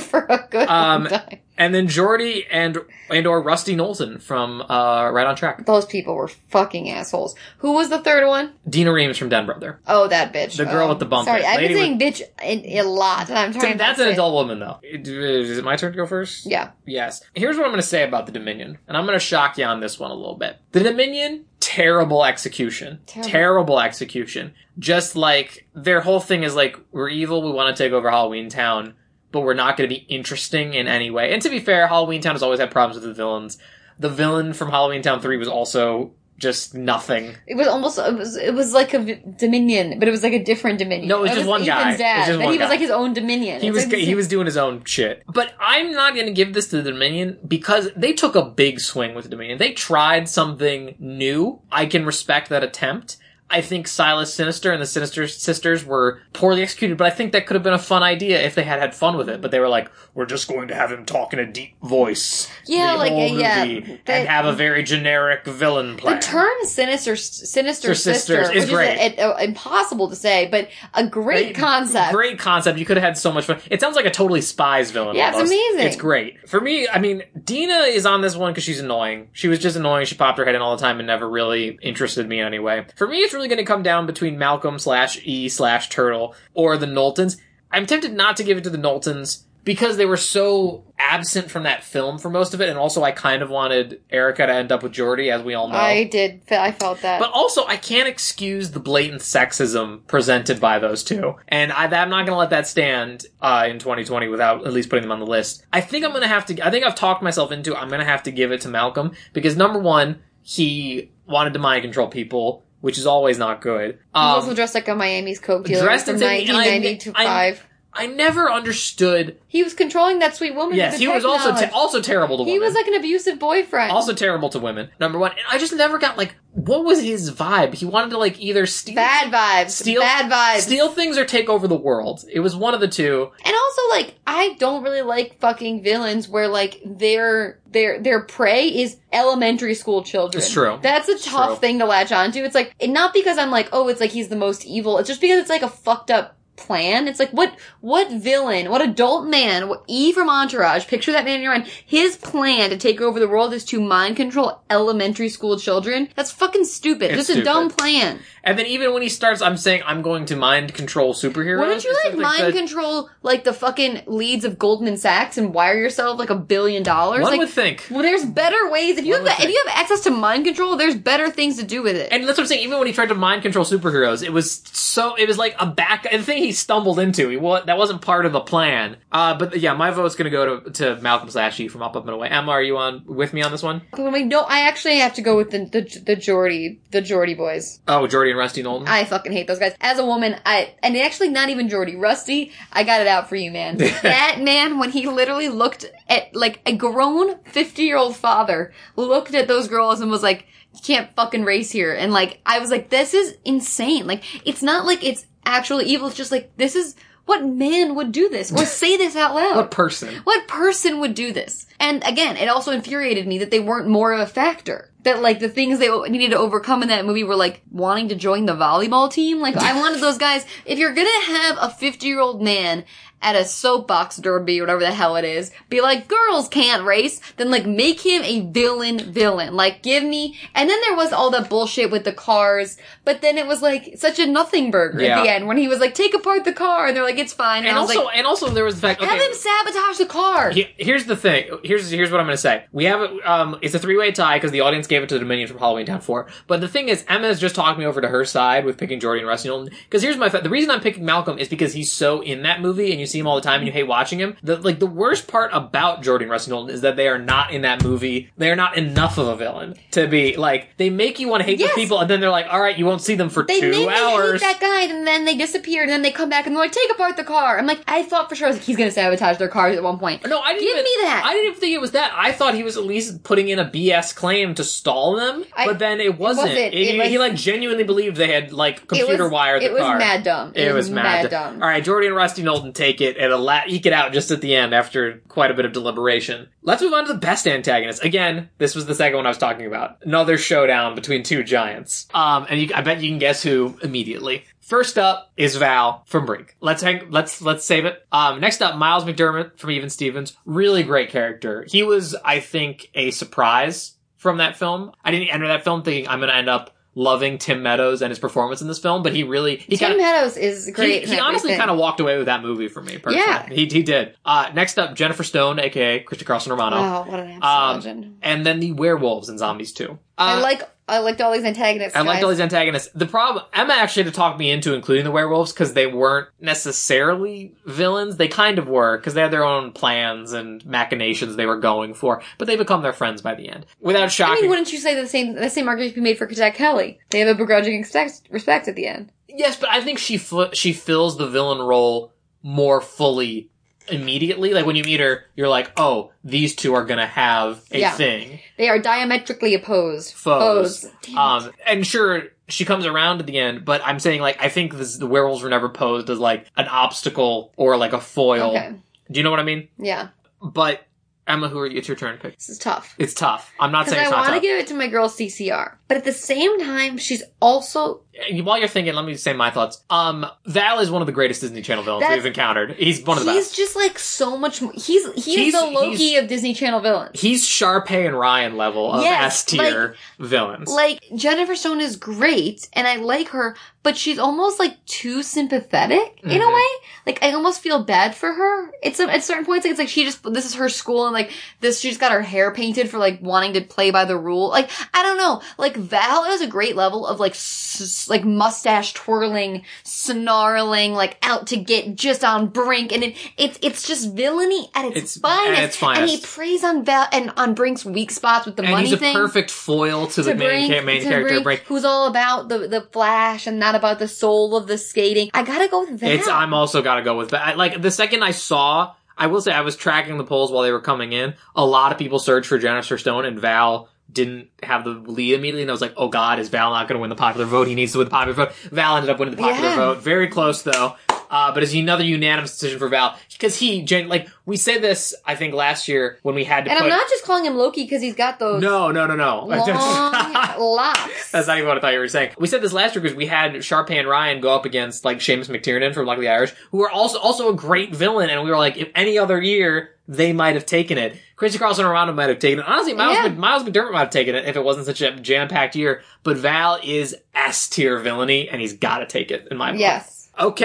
for a good Um, time. and then Jordy and and or Rusty Knowlton from uh, Right on Track. Those people were fucking assholes. Who was the third one? Dina Reams from Den Brother. Oh, that bitch. The girl Oh. with the bump Sorry, it. I've Lady been saying bitch in, a lot, and I'm trying. That's not an to- adult woman, though. Is it my turn to go first? Yeah. Yes. Here's what I'm going to say about the Dominion, and I'm going to shock you on this one a little bit. The Dominion, terrible execution. Terrible. Terrible, execution. Just like their whole thing is like, we're evil, we want to take over Halloween Town, but we're not going to be interesting in any way. And to be fair, Halloween Town has always had problems with the villains. The villain from Halloween Town 3 was also just nothing. It was almost it was it was like a v- dominion, but it was like a different dominion. No, it was just one Ethan's guy. It was Dad. just Then one he was guy. like his own dominion. He It's was like the he same- was doing his own shit. But I'm not going to give this to the Dominion because they took a big swing with the Dominion. They tried something new. I can respect that attempt. I think Silas Sinister and the Sinister Sisters were poorly executed, but I think that could have been a fun idea if they had had fun with it. But they were like, we're just going to have him talk in a deep voice. Yeah, the like, whole yeah, movie that- and have a very generic villain plan. The term "sinister sinister Your sister" sisters is which great. is uh, uh, impossible to say, but a Great- great concept. Great concept. You could have had so much fun. It sounds like a totally spies villain. Yeah, it's almost. amazing. It's great. For me, I mean, Dina is on this one because she's annoying. She was just annoying. She popped her head in all the time and never really interested me in any way. For me, it's really going to come down between Malcolm slash E slash Turtle or the Knowltons. I'm tempted not to give it to the Knowltons because they were so absent from that film for most of it, and also I kind of wanted Erica to end up with Jordy, as we all know. I did. fe- I felt that. But also, I can't excuse the blatant sexism presented by those two, and I, I'm not going to let that stand uh, in 2020 without at least putting them on the list. I think I'm going to have to. I think I've talked myself into. I'm going to have to give it to Malcolm because number one, he wanted to mind control people, which is always not good. He was Um, also dressed like a Miami's coke dealer dressed from as a- and I- 1995. I never understood. He was controlling that sweet woman. Yes, with he the was also technology. te- also terrible to women. he was like an abusive boyfriend. also terrible to women. Number one, and I just never got like what was his vibe. He wanted to like either steal bad vibes. Steal- bad vibes. steal things or take over the world. It was one of the two. And also, like, I don't really like fucking villains where like their their their prey is elementary school children. It's true. That's a tough true. thing to latch onto. It's like and not because I'm like, oh, it's like he's the most evil. It's just because it's like a fucked up plan. It's like what what villain, what adult man, what E from Entourage, picture that man in your mind. His plan to take over the world is to mind control elementary school children. That's fucking stupid. It's just a dumb stupid. plan. And then even when he starts, I'm saying I'm going to mind control superheroes. Wouldn't or you like something mind that- control like the fucking leads of Goldman Sachs and wire yourself like a billion dollars? One Like, would think. well, there's better ways. If you One have would that, if think. you have access to mind control, there's better things to do with it. And that's what I'm saying. Even when he tried to mind control superheroes, it was so it was like a back and the thing he stumbled into. He wa- that wasn't part of the plan. Uh, but yeah, my vote's gonna go to, to Malcolm Slash E from Up Up and Away. Emma, are you on with me on this one? But wait, no, I actually have to go with the the, the Jordy the Jordy boys. Oh, Jordy and Rusty Knowlton. (laughs) I fucking hate those guys. As a woman, I and actually not even Jordy, Rusty. I got it out for you, man. that man, when he literally looked at like a grown fifty year old father, looked at those girls and was like, "You can't fucking race here." And like, I was like, "This is insane." Like, it's not like it's actually evil. It's just like this is what man would do this or say this out loud. what person? What person would do this? And again, it also infuriated me that they weren't more of a factor. That like the things they needed to overcome in that movie were like wanting to join the volleyball team. Like I wanted those guys. If you're gonna have a 50 year old man at a soapbox derby or whatever the hell it is, be like girls can't race. Then like make him a villain villain. Like give me. And then there was all that bullshit with the cars. But then it was like such a nothing burger Yeah. at the end when he was like take apart the car and they're like it's fine. And, And I was also, like and also there was the fact. Okay, have him sabotage the car. He- here's the thing. Here's here's what I'm gonna say. We have a- um, it's a three way tie because the audience gave it to the Dominion from Halloween Town Four. But the thing is, Emma's just talked me over to her side with picking Jordy and Rusty Knowlton. Because here's my fa- the reason I'm picking Malcolm is because he's so in that movie and you see him all the time and you hate watching him. The like the worst part about Jordy and Rusty Knowlton is that they are not in that movie. They are not enough of a villain to be like they make you want to hate the Yes. people and then they're like, all right, you won't see them for They two made hours. me hate that guy, and then they disappeared, and then they come back and they're like, "Take apart the car." I'm like, I thought for sure I was like, he's gonna sabotage their cars at one point. No, I didn't Give even, me that. I didn't even think it was that. I thought he was at least putting in a BS claim to stall them, I- but then it wasn't. wasn't. It- It was- he like genuinely believed they had like It was- computer wired the It was car. mad dumb. It, was, mad, dumb. All right, Jordy and Rusty Knowlton take it and ala- eke it out just at the end after quite a bit of deliberation. Let's move on to the best antagonist. Again, this was the second one I was talking about. Another showdown between two giants. Um, and you, I bet you can guess who immediately. First up is Val from Brink. Let's hang. Let's let's save it. Um, next up, Miles McDermott from Even Stevens. Really great character. He was, I think, a surprise from that film. I didn't enter that film thinking I'm going to end up loving Tim Meadows and his performance in this film, but he really he Tim got Meadows is great. he, he honestly kind of walked away with that movie for me personally. Yeah. He, he did. Uh, next up, Jennifer Stone, aka Christy Carlson Romano. Wow, Oh, what an Um, absolute legend. And then the werewolves and zombies too. Uh, I like I liked all these antagonists. I liked guys. all these antagonists. The problem, Emma actually had to talk me into including the werewolves because they weren't necessarily villains. They kind of were because they had their own plans and machinations they were going for, but they become their friends by the end. Without I shocking, mean, wouldn't you say the same the same argument could be made for Cadet Kelly? They have a begrudging respect, respect at the end. Yes, but I think she fl- she fills the villain role more fully immediately. Like when you meet her, you're like, oh, these two are gonna have a Yeah. thing. They are diametrically opposed. Foes. Damn it. Um, and sure, she comes around at the end, but I'm saying like I think this, the werewolves were never posed as like an obstacle or like a foil. Okay. Do you know what I mean? Yeah. But Emma, who are you? It's your turn. to Pick. This is tough. It's tough. I'm not Because saying I it's not want to tough. give it to my girl CCR. But at the same time, she's also. While you're thinking, let me say my thoughts. Um, Val is one of the greatest Disney Channel villains That's- we've encountered. He's one of the he's best. just like so much more. He's, he He's- is the Loki he's- of Disney Channel villains. He's Sharpay and Ryan level of Yes, S tier villains. Like, Jennifer Stone is great and I like her, but she's almost like too sympathetic in a Mhm. way. Like, I almost feel bad for her. It's at certain points, like, it's like she just, this is her school and like this, she's got her hair painted for like wanting to play by the rule. Like, I don't know. Like, Val is a great level of like, s- like mustache twirling, snarling, like out to get just on brink. And it, it's, it's just villainy at its, It's- at finest. its finest. And he preys on Val and on Brink's weak spots with the and money he's a thing perfect foil to, the main, Brink- ca- main to character. Brink, Brink. who's all about the the flash and not about the soul of the skating. I gotta go with that. It's I'm also gotta go with but I, like the second I saw I will say I was tracking the polls while they were coming in. A lot of people searched for Jennifer Stone and Val didn't have the lead immediately and I was like, Oh god, is Val not gonna win the popular vote? He needs to win the popular vote. Val ended up winning the popular Yeah. vote. Very close though. Uh, but it's another unanimous decision for Val because he, gen- like we said this, I think last year when we had to and put I'm not just calling him Loki because he's got those no, (laughs) no, no, no. long locks. (laughs) That's not even what I thought you were saying. We said this last year because we had Sharpay and Ryan go up against like Seamus McTiernan from Luckily Irish, who are also also a great villain, and we were like, if any other year, they might have taken it. Chrissy Carlson and Rondo might have taken it. Honestly, Miles, Yeah. Mc- Miles McDermott might have taken it if it wasn't such a jam packed year. But Val is S tier villainy, and he's got to take it in my mind. yes.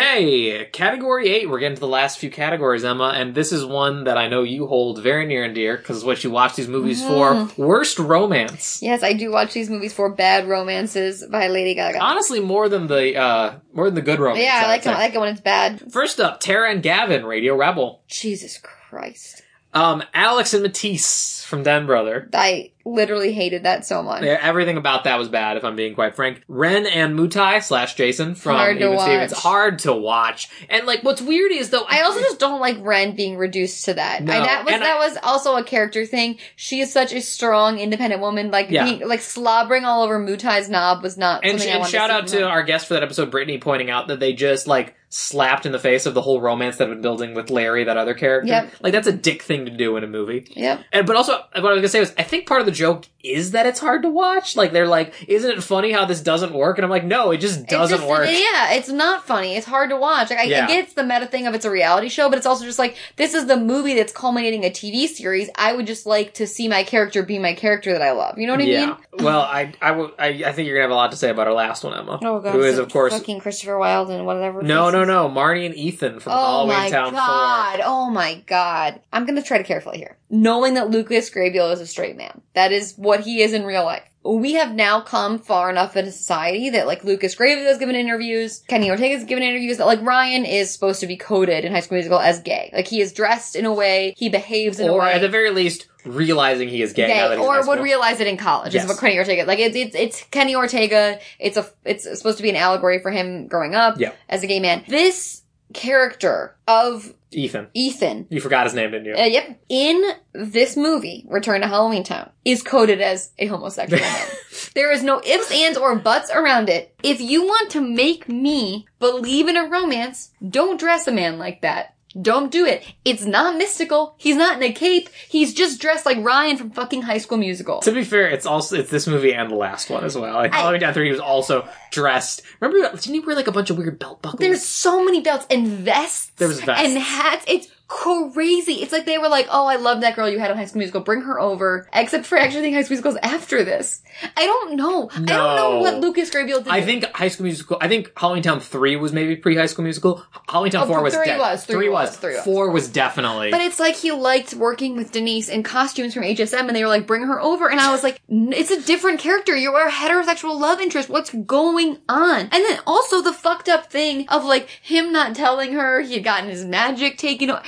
Okay, category eight. We're getting to the last few categories, Emma, and this is one that I know you hold very near and dear because it's what you watch these movies Mm. for. Worst romance. Yes, I do watch these movies for Bad Romances by Lady Gaga. Honestly, more than the uh more than the good romance. yeah, I would like, it, say. I like it when it's bad. First up, Tara and Gavin, Radio Rebel. Jesus Christ. Um, Alex and Matisse from Den Brother. I literally hated that so much. Yeah, Everything about that was bad, if I'm being quite frank. Ren and Mutai slash Jason from Hard to Even Stevens. watch. Hard to watch. And like, what's weird is though, I also just don't like Ren being reduced to that. No, I, that was and I- that was also a character thing. She is such a strong, independent woman. Like Yeah. being, like slobbering all over Mutai's knob was not. and, something I and wanted shout see out from to her. our guest for that episode, Brittany, pointing out that they just like slapped in the face of the whole romance that had been building with Larry, that other character. Yep. Like that's a dick thing to do in a movie. Yep. And but also, what I was gonna say was, I think part of the joke is that it's hard to watch. Like they're like, "Isn't it funny how this doesn't work?" And I'm like, "No, it just It's doesn't just- work." Yeah, it's not funny. It's hard to watch. Like I, Yeah. I get it's the meta thing of it's a reality show, but it's also just like this is the movie that's culminating a TV series. I would just like to see my character be my character that I love. You know what I mean? well, I I, will, I I think you're gonna have a lot to say about our last one, Emma. Oh god. Who is so of course fucking Christopher Wilde and whatever. no, his no, name is. no, Marnie and Ethan from Oh Halloween my Town god. Oh my god. I'm gonna try to carefully here. Knowing that Lucas Grabeel is a straight man. That is what he is in real life. We have now come far enough in society that like Lucas Grabeel has given interviews, Kenny Ortega has given interviews, that like Ryan is supposed to be coded in High School Musical as gay. Like he is dressed in a way, he behaves 4, in a or way. at the very least, realizing he is gay, now that Gay, he's in or high would school. realize it in college. Is Yes. what Kenny Ortega like. It's, it's it's Kenny Ortega. It's a it's supposed to be an allegory for him growing up Yeah. as a gay man. This character of Ethan. Ethan You forgot his name, didn't you? (laughs) uh, yep. In this movie, Return to Halloween Town is coded as a homosexual (laughs) man. There is no ifs, ands, or buts around it. If you want to make me believe in a romance, don't dress a man like that. Don't do it. It's not mystical. He's not in a cape. He's just dressed like Ryan from fucking High School Musical. To be fair, it's also it's this movie and the last one as well. Like, Halloween Town Three, he was also dressed. Remember, didn't he wear like a bunch of weird belt buckles? There's so many belts and vests. There was vests. And hats. It's crazy. It's like they were like, oh, I love that girl you had on High School Musical. Bring her over. Except for I actually think High School Musical's after this. I don't know. I don't No. know what Lucas Grabeel did. I think High School Musical. I think Halloween Town three was maybe pre High School Musical. Halloween Town Oh, four was three de- was, three was, three was. four was definitely. But it's like he liked working with Denise in costumes from HSM and they were like, bring her over. And I was like, "N- it's a different character. You're our heterosexual love interest. What's going on? And then also the fucked up thing of like him not telling her he had gotten his magic taken away.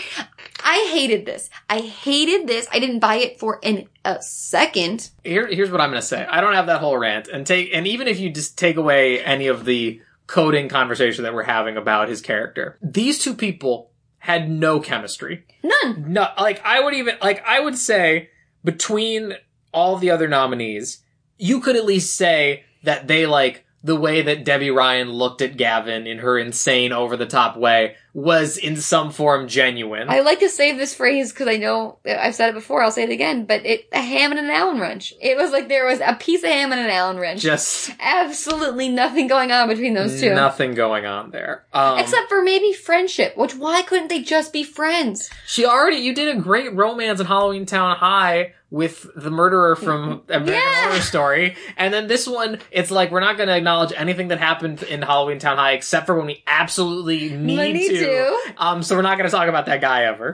I hated this. I hated this. I didn't buy it for an, a second. Here, here's what I'm gonna say. I don't have that whole rant, and take and even if you just take away any of the coding conversation that we're having about his character, these two people had no chemistry. None. No, like I would even like I would say between all the other nominees, you could at least say that they like the way that Debbie Ryan looked at Gavin in her insane, over the top way was in some form genuine. I like to say this phrase because I know uh, I've said it before. I'll say it again. But it a ham and an Allen wrench. It was like there was a piece of ham and an Allen wrench. Just Absolutely nothing going on between those two. nothing going on there. Um, Except for maybe friendship, which why couldn't they just be friends? she already, you did a great romance in Halloween Town High with the murderer (laughs) from American Yeah. Horror Story, and then this one, it's like we're not going to acknowledge anything that happened in Halloween Town High except for when we (laughs) absolutely need, I need to. Um, so we're not going to talk about that guy ever.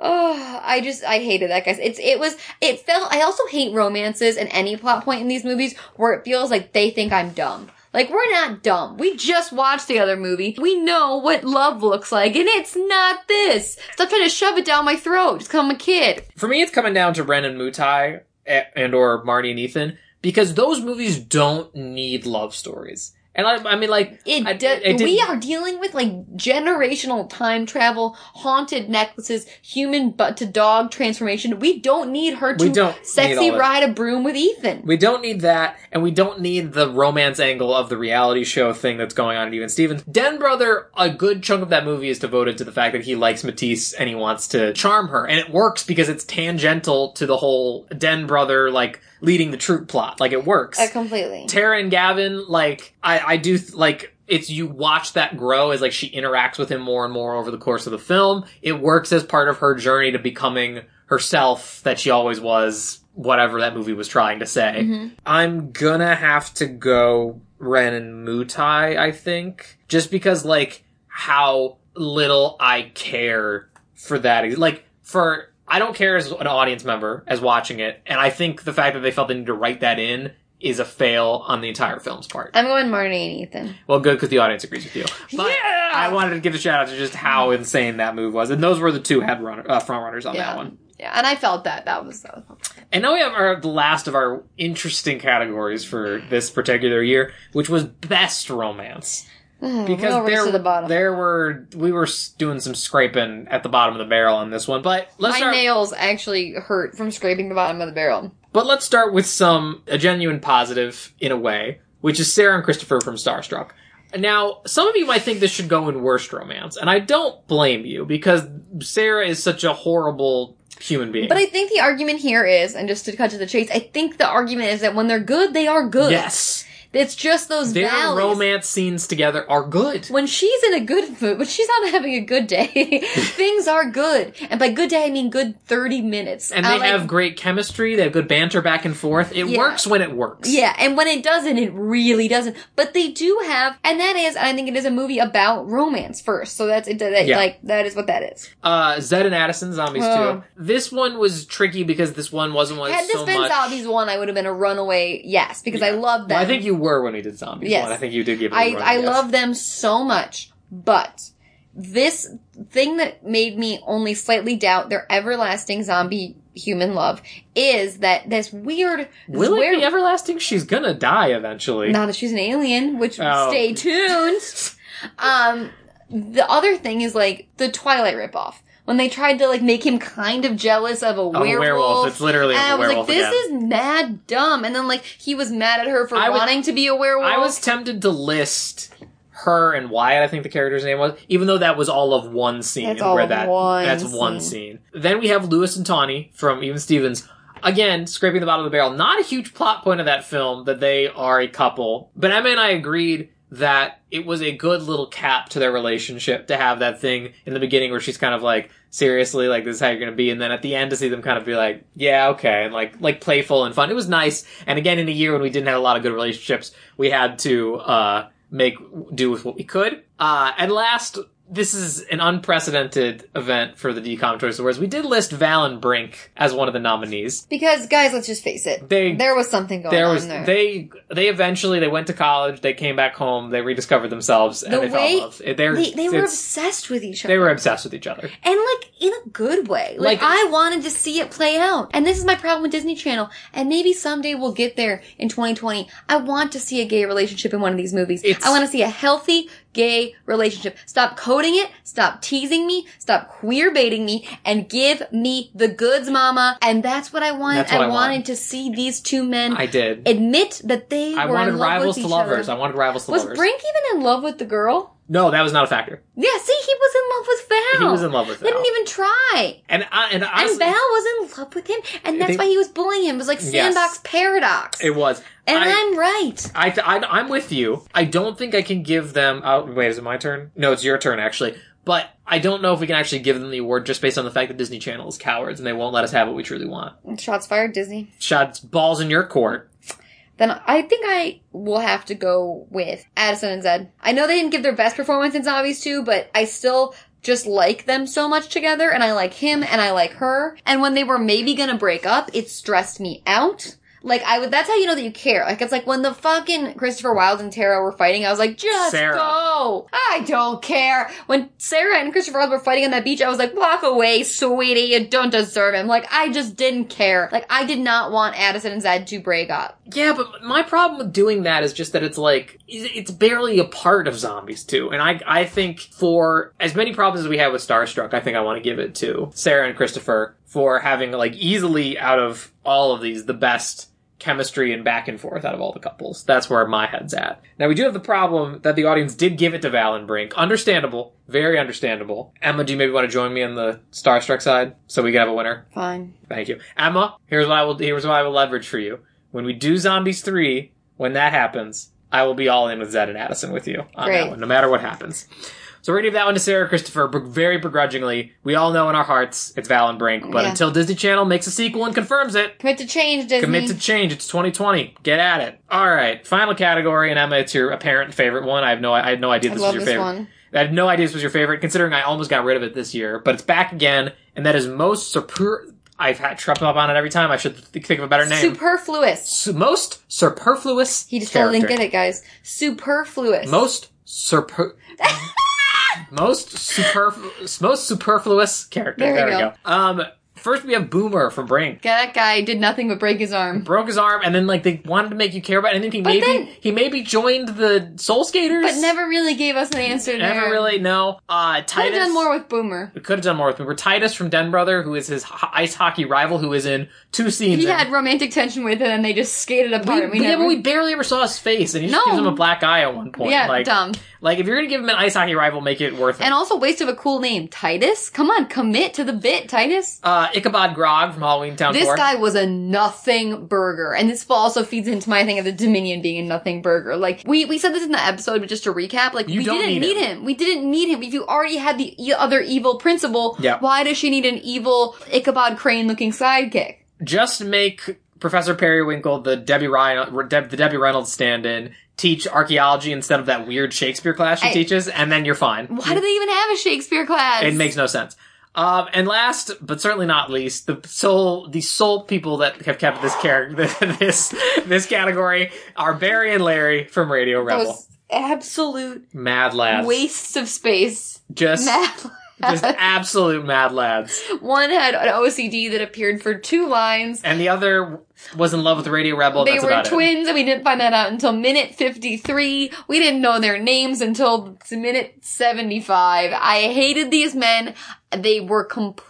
Oh, I just I hated that guy. It's it was it felt I also hate romances and any plot point in these movies where it feels like they think I'm dumb. Like we're not dumb. We just watched the other movie. We know what love looks like, and it's not this. Stop trying to shove it down my throat. Just 'cause I'm a kid. For me, it's coming down to Ren and Mutai eh, and or Marty and Ethan because those movies don't need love stories. And I, I mean, like It, I- do- I didn't- we are dealing with like generational time travel, haunted necklaces, human butt to dog transformation. We don't need her to We don't need sexy all that. ride a broom with Ethan. We don't need that, and we don't need the romance angle of the reality show thing that's going on at Even Stevens. Den Brother, a good chunk of that movie is devoted to the fact that he likes Matisse and he wants to charm her, and it works because it's tangential to the whole Den Brother, like, leading the troop plot. Like, it works. Uh, completely. Tara and Gavin, like, I, I do, th- like, it's you watch that grow as like she interacts with him more and more over the course of the film. It works as part of her journey to becoming herself that she always was, whatever that movie was trying to say. Mm-hmm. I'm gonna have to go Ren and Mutai, I think. Just because, like, how little I care for that. Like, for, I don't care as an audience member as watching it, and I think the fact that they felt the need to write that in is a fail on the entire film's part. I'm going Marnie and Ethan. Well, good, because the audience agrees with you. But Yeah! I wanted to give a shout out to just how insane that move was, and those were the two head runner, uh, front runners on that one. Yeah, and I felt that. That was that was- And now we have our the last of our interesting categories for this particular year, which was best romance. Because Mm-hmm, We'll race there, to the bottom. there were we were s- doing some scraping at the bottom of the barrel on this one, but let's my start. nails actually hurt from scraping the bottom of the barrel. but let's start with some a genuine positive in a way, which is Sarah and Christopher from Starstruck. Now, some of you might think this should go in worst romance, and I don't blame you because Sarah is such a horrible human being. But I think the argument here is, and just to cut to the chase, I think the argument is that when they're good, they are good. yes, it's just those their valleys. romance scenes together are good. When she's in a good mood, when she's not (laughs) having a (laughs) good day, things are good. And by good day, I mean good thirty minutes. and I they like- have great chemistry. They have good banter back and forth. It Um, Yeah. works when it works. Yeah, and when it doesn't, it really doesn't. But they do have, and that is, I think it is a movie about romance first. So that's it. That, Yeah. Like that is what that is. Uh, Zed and Addison, Zombies Oh. 2. This one was tricky because this one wasn't one Had this so been much. Zombies one, I would have been a runaway yes because I Yeah. love them. Well, I think you were when we did Zombies Yes. 1. I think you did give it a I, run, I yes. love them so much, but this thing that made me only slightly doubt their everlasting zombie human love is that this weird this Will it weird- be everlasting? She's gonna die eventually. Now that she's an alien, which Oh. stay tuned. um, the other thing is like the Twilight ripoff when they tried to like make him kind of jealous of a A werewolf. werewolf. It's literally and a I was werewolf like, this again. is mad dumb. And then like he was mad at her for I was- wanting to be a werewolf. I was tempted to list her and Wyatt, I think the character's name was, even though that was all of one scene. That's where all of that, one That's one scene. Then we have Lewis and Tawny from Even Stevens. Again, scraping the bottom of the barrel. Not a huge plot point of that film that they are a couple, but Emma and I agreed that it was a good little cap to their relationship to have that thing in the beginning where she's kind of like, seriously, like this is how you're gonna be, and then at the end to see them kind of be like, yeah, okay, and like like playful and fun. It was nice. And again, in a year when we didn't have a lot of good relationships, we had to uh make do with what we could. Uh, and last, this is an unprecedented event for the DCOM Choice Awards. We did list Val and Brink as one of the nominees. because guys, let's just face it. They- there was something going There on was there. they they eventually they went to college, they came back home, they rediscovered themselves, and The they fell way- in love. They're, they, they were it's- obsessed with each other. they were obsessed with each other. and like in a good way. Like, Like- I wanted to see it play out. And this is my problem with Disney Channel. And maybe someday we'll get there in 2020. I want to see a gay relationship in one of these movies. It's- I want to see a healthy gay relationship. Stop coding it. Stop teasing me. Stop queer baiting me and give me the goods, mama. And that's what I wanted. That's what I, I wanted want. to see these two men I did. admit that they I were wanted in love rivals with to each lovers. Other. I wanted rivals to was lovers. Brink even in love with the girl? no, that was not a factor. Yeah, see, he was in love with He Val. was in love with They Val. didn't even try. and I, and I, And Val was in love with him, and that's think- why he was bullying him. It was like Yes. sandbox paradox. it was. and I- I, am right. I, I, am with you. I don't think I can give them. Oh, wait, is it my turn? No, it's your turn actually. But I don't know if we can actually give them the award just based on the fact that Disney Channel is cowards and they won't let us have what we truly want. Shots fired, Disney. Shots balls in your court. Then I think I will have to go with Addison and Zed. I know they didn't give their best performance in Zombies 2, but I still just like them so much together, and I like him, and I like her. And when they were maybe gonna break up, it stressed me out. Like I would, that's how you know that you care. Like it's like when the fucking Christopher Wilde and Tara were fighting, I was like, just Sarah. go. I don't care. When Sarah and Christopher Wilde were fighting on that beach, I was like, walk away, sweetie. You don't deserve him. Like I just didn't care. Like I did not want Addison and Zed to break up. Yeah, but my problem with doing that is just that it's like it's barely a part of Zombies too. And I I think for as many problems as we had with Starstruck, I think I want to give it to Sarah and Christopher for having like easily out of all of these the best chemistry and back and forth out of all the couples. That's where my head's at. Now we do have the problem that the audience did give it to Val and Brink. Understandable, very understandable. Emma, do you maybe want to join me on the Starstruck side so we can have a winner? Fine. Thank you, Emma. Here's what I will. Here's what I will leverage for you. When we do Zombies Three, when that happens, I will be all in with Zed and Addison with you on that Great. one, no matter what happens. So we're gonna give that one to Sarah Christopher, but very begrudgingly. We all know in our hearts it's Val and Brink, but Yeah. until Disney Channel makes a sequel and confirms it, Commit to change, Disney. commit to change. It's 2020. Get at it. All right, final category, and Emma, it's your apparent favorite one. I have no, I had no idea I this love was your this favorite. one. I had no idea this was your favorite, considering I almost got rid of it this year, but it's back again, and that is most super. I've had tripped up on it every time. I should th- think of a better name. Superfluous. Su- most superfluous. He just still character. didn't get it, guys. Superfluous. Most (laughs) super. most superf- most superfluous character. There There, we we go. go. Um, first we have Boomer from Brink. that guy did nothing but break his arm. Broke his arm, and then like they wanted to make you care about. it, And then he maybe then- he maybe joined the Soul Skaters, But never really gave us an answer there. never really no. Uh, Titus Could have done more with Boomer. We could have done more with him. We're Titus from Den Brother, who is his ho- ice hockey rival, who is in two scenes. He and- had romantic tension with it, and they just skated apart. we, and We, we- yeah, never, but we barely ever saw his face, and he just No. gives him a black eye at one point. yeah, like, dumb. like if you're gonna give him an ice hockey rival, make it worth it. And also waste of a cool name, Titus. Come on, commit to the bit, Titus. uh, Ichabod Grog from Halloween Town. This 4. guy was a nothing burger. And this also feeds into my thing of the Dominion being a nothing burger. Like, we, we said this in the episode, but just to recap, like, You we don't didn't need need him. We didn't need him. If you already had the e- other evil principal, Yeah. why does she need an evil Ichabod Crane looking sidekick? just make Professor Periwinkle the Debbie Ryan, Deb, the Debbie Reynolds stand-in. Teach archaeology instead of that weird Shakespeare class she I- teaches, and then you're fine. Why do they even have a Shakespeare class? It makes no sense. Um, and last, but certainly not least, the sole the sole people that have kept (laughs) this character this this category are Barry and Larry from Radio Rebel. those absolute mad lads, wastes of space. (laughs) just Math. just absolute mad lads. One had an OCD that appeared for two lines. And the other was in love with Radio Rebel. and They that's were about it. twins, and we didn't find that out until minute 53. We didn't know their names until minute 75. I hated these men. They were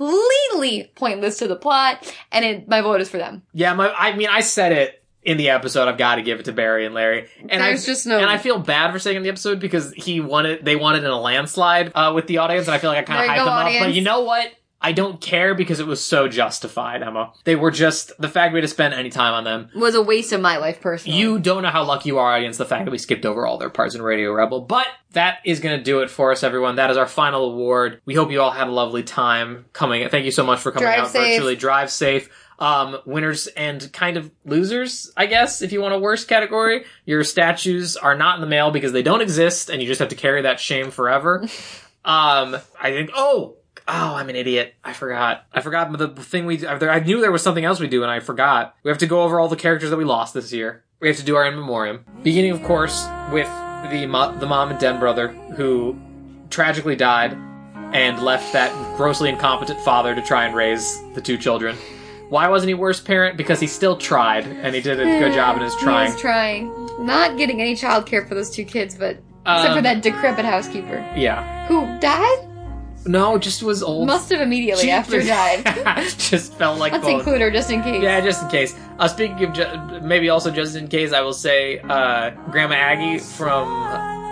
completely pointless to the plot, and it, my vote is for them. Yeah, my, I mean, I said it in the episode. I've got to give it to Barry and Larry. And I, There's just no- And I feel bad for saying in the episode because he wanted they wanted in a landslide uh, with the audience, and I feel like I kind There of you hyped go, them up. But audience. you know what? I don't care because it was so justified, Emma. They were just the fact we had to spend any time on them. was a waste of my life, personally. You don't know how lucky you are, audience, the fact that we skipped over all their parts in Radio Rebel. But that is going to do it for us, everyone. That is our final award. We hope you all had a lovely time coming. Thank you so much for coming Drive out safe. virtually. Drive safe. Um, winners and kind of losers, I guess, if you want a worse category. Your statues are not in the mail because they don't exist and you just have to carry that shame (laughs) forever. Um, I think. Oh, oh, I'm an idiot. I forgot. I forgot the thing we. I knew there was something else we do, and I forgot. We have to go over all the characters that we lost this year. We have to do our in memoriam. Beginning, of course, with the mo- the mom and Den brother who tragically died and left that grossly incompetent father to try and raise the two children. Why wasn't he worse parent? Because he still tried, and he did a good job in his He trying. was trying. Not getting any childcare for those two kids, but Except for Um, that decrepit housekeeper Yeah. who died. No, just was old. Must have immediately She- after died. (laughs) just felt like Let's gold. include her just in case. Yeah, just in case. Uh, speaking of, ju- maybe also just in case, I will say uh, Grandma Aggie from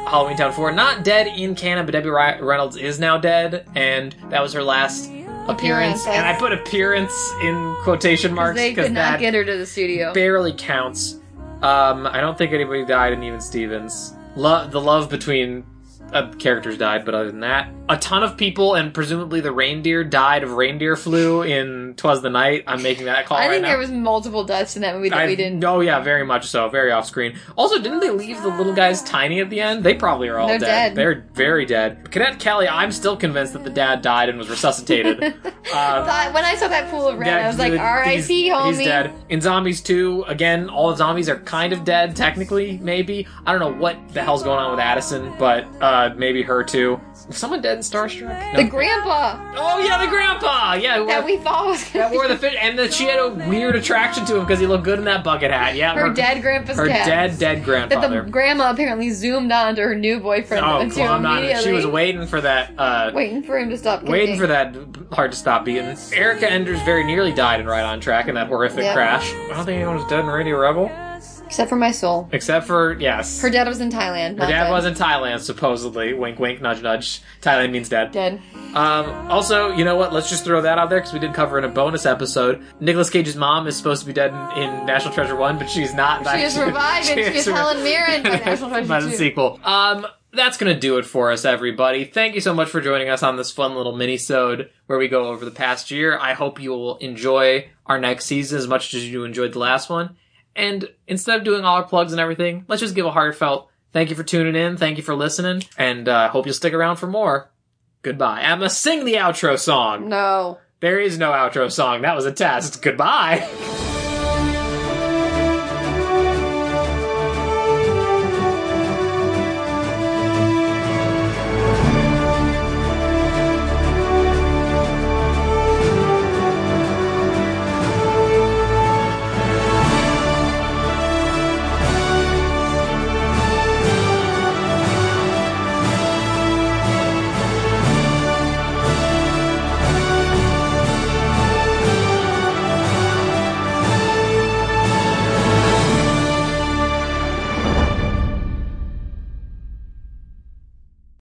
Halloween Town 4, not dead in canon, but Debbie Ry- Reynolds is now dead, and that was her last appearance. Appearance, and I yes. put appearance in quotation marks they because could not that get her to the studio. barely counts. Um, I don't think anybody died in Even Stevens. Lo- the love between uh, characters died, but other than that, a ton of people and presumably the reindeer died of reindeer flu in Twas the Night. I'm making that call I right think now. there was multiple deaths in that movie that Oh, I- we didn't. Oh yeah, very much so. Very off screen. Also, didn't they leave the little guys tiny at the end? They probably are all They're dead. They're very dead. Cadet Kelly, I'm still convinced that the dad died and was (laughs) resuscitated. uh, Thought- when I saw that pool of red, yeah, I was like, he's- "R.I.P. homie." He's dead. In Zombies 2, again, all the zombies are kind of dead, technically, maybe. I don't know what the hell's going on with Addison, but uh, maybe her too. Is someone dead in Starstruck? No. The grandpa oh, yeah, the grandpa! Yeah, who that we thought was that gonna wore be the fit, and that she had a weird attraction to him because he looked good in that bucket hat. Yeah, (laughs) her dead grandpa's her cat. dead, dead that the grandfather. grandma apparently zoomed on to her new boyfriend oh, and to well, I'm not. immediately She was waiting for that. Uh, waiting for him to stop. Waiting kicking. for that hard to stop beating. Erica Enders very nearly died in Right on Track in that horrific Yeah. crash. I don't think anyone was dead in Radio Rebel. except for my soul. Except for, yes. Her dad was in Thailand. Her dad was in Thailand, supposedly. Wink, wink, nudge, nudge. Thailand means dead. dead. Um, also, you know what? Let's just throw that out there because we did cover in a bonus episode. Nicolas Cage's mom is supposed to be dead in, in National Treasure 1, but she's not. She is revived (laughs) and she is Helen Mirren by National by Treasure the 2. sequel. Um, that's gonna do it for us, everybody. Thank you so much for joining us on this fun little mini-sode where we go over the past year. I hope you will enjoy our next season as much as you enjoyed the last one. And instead of doing all our plugs and everything, let's just give a heartfelt thank you for tuning in, thank you for listening, and uh, hope you'll stick around for more. Goodbye. I'm gonna sing the outro song. No. There is no outro song. That was a test. Goodbye. (laughs)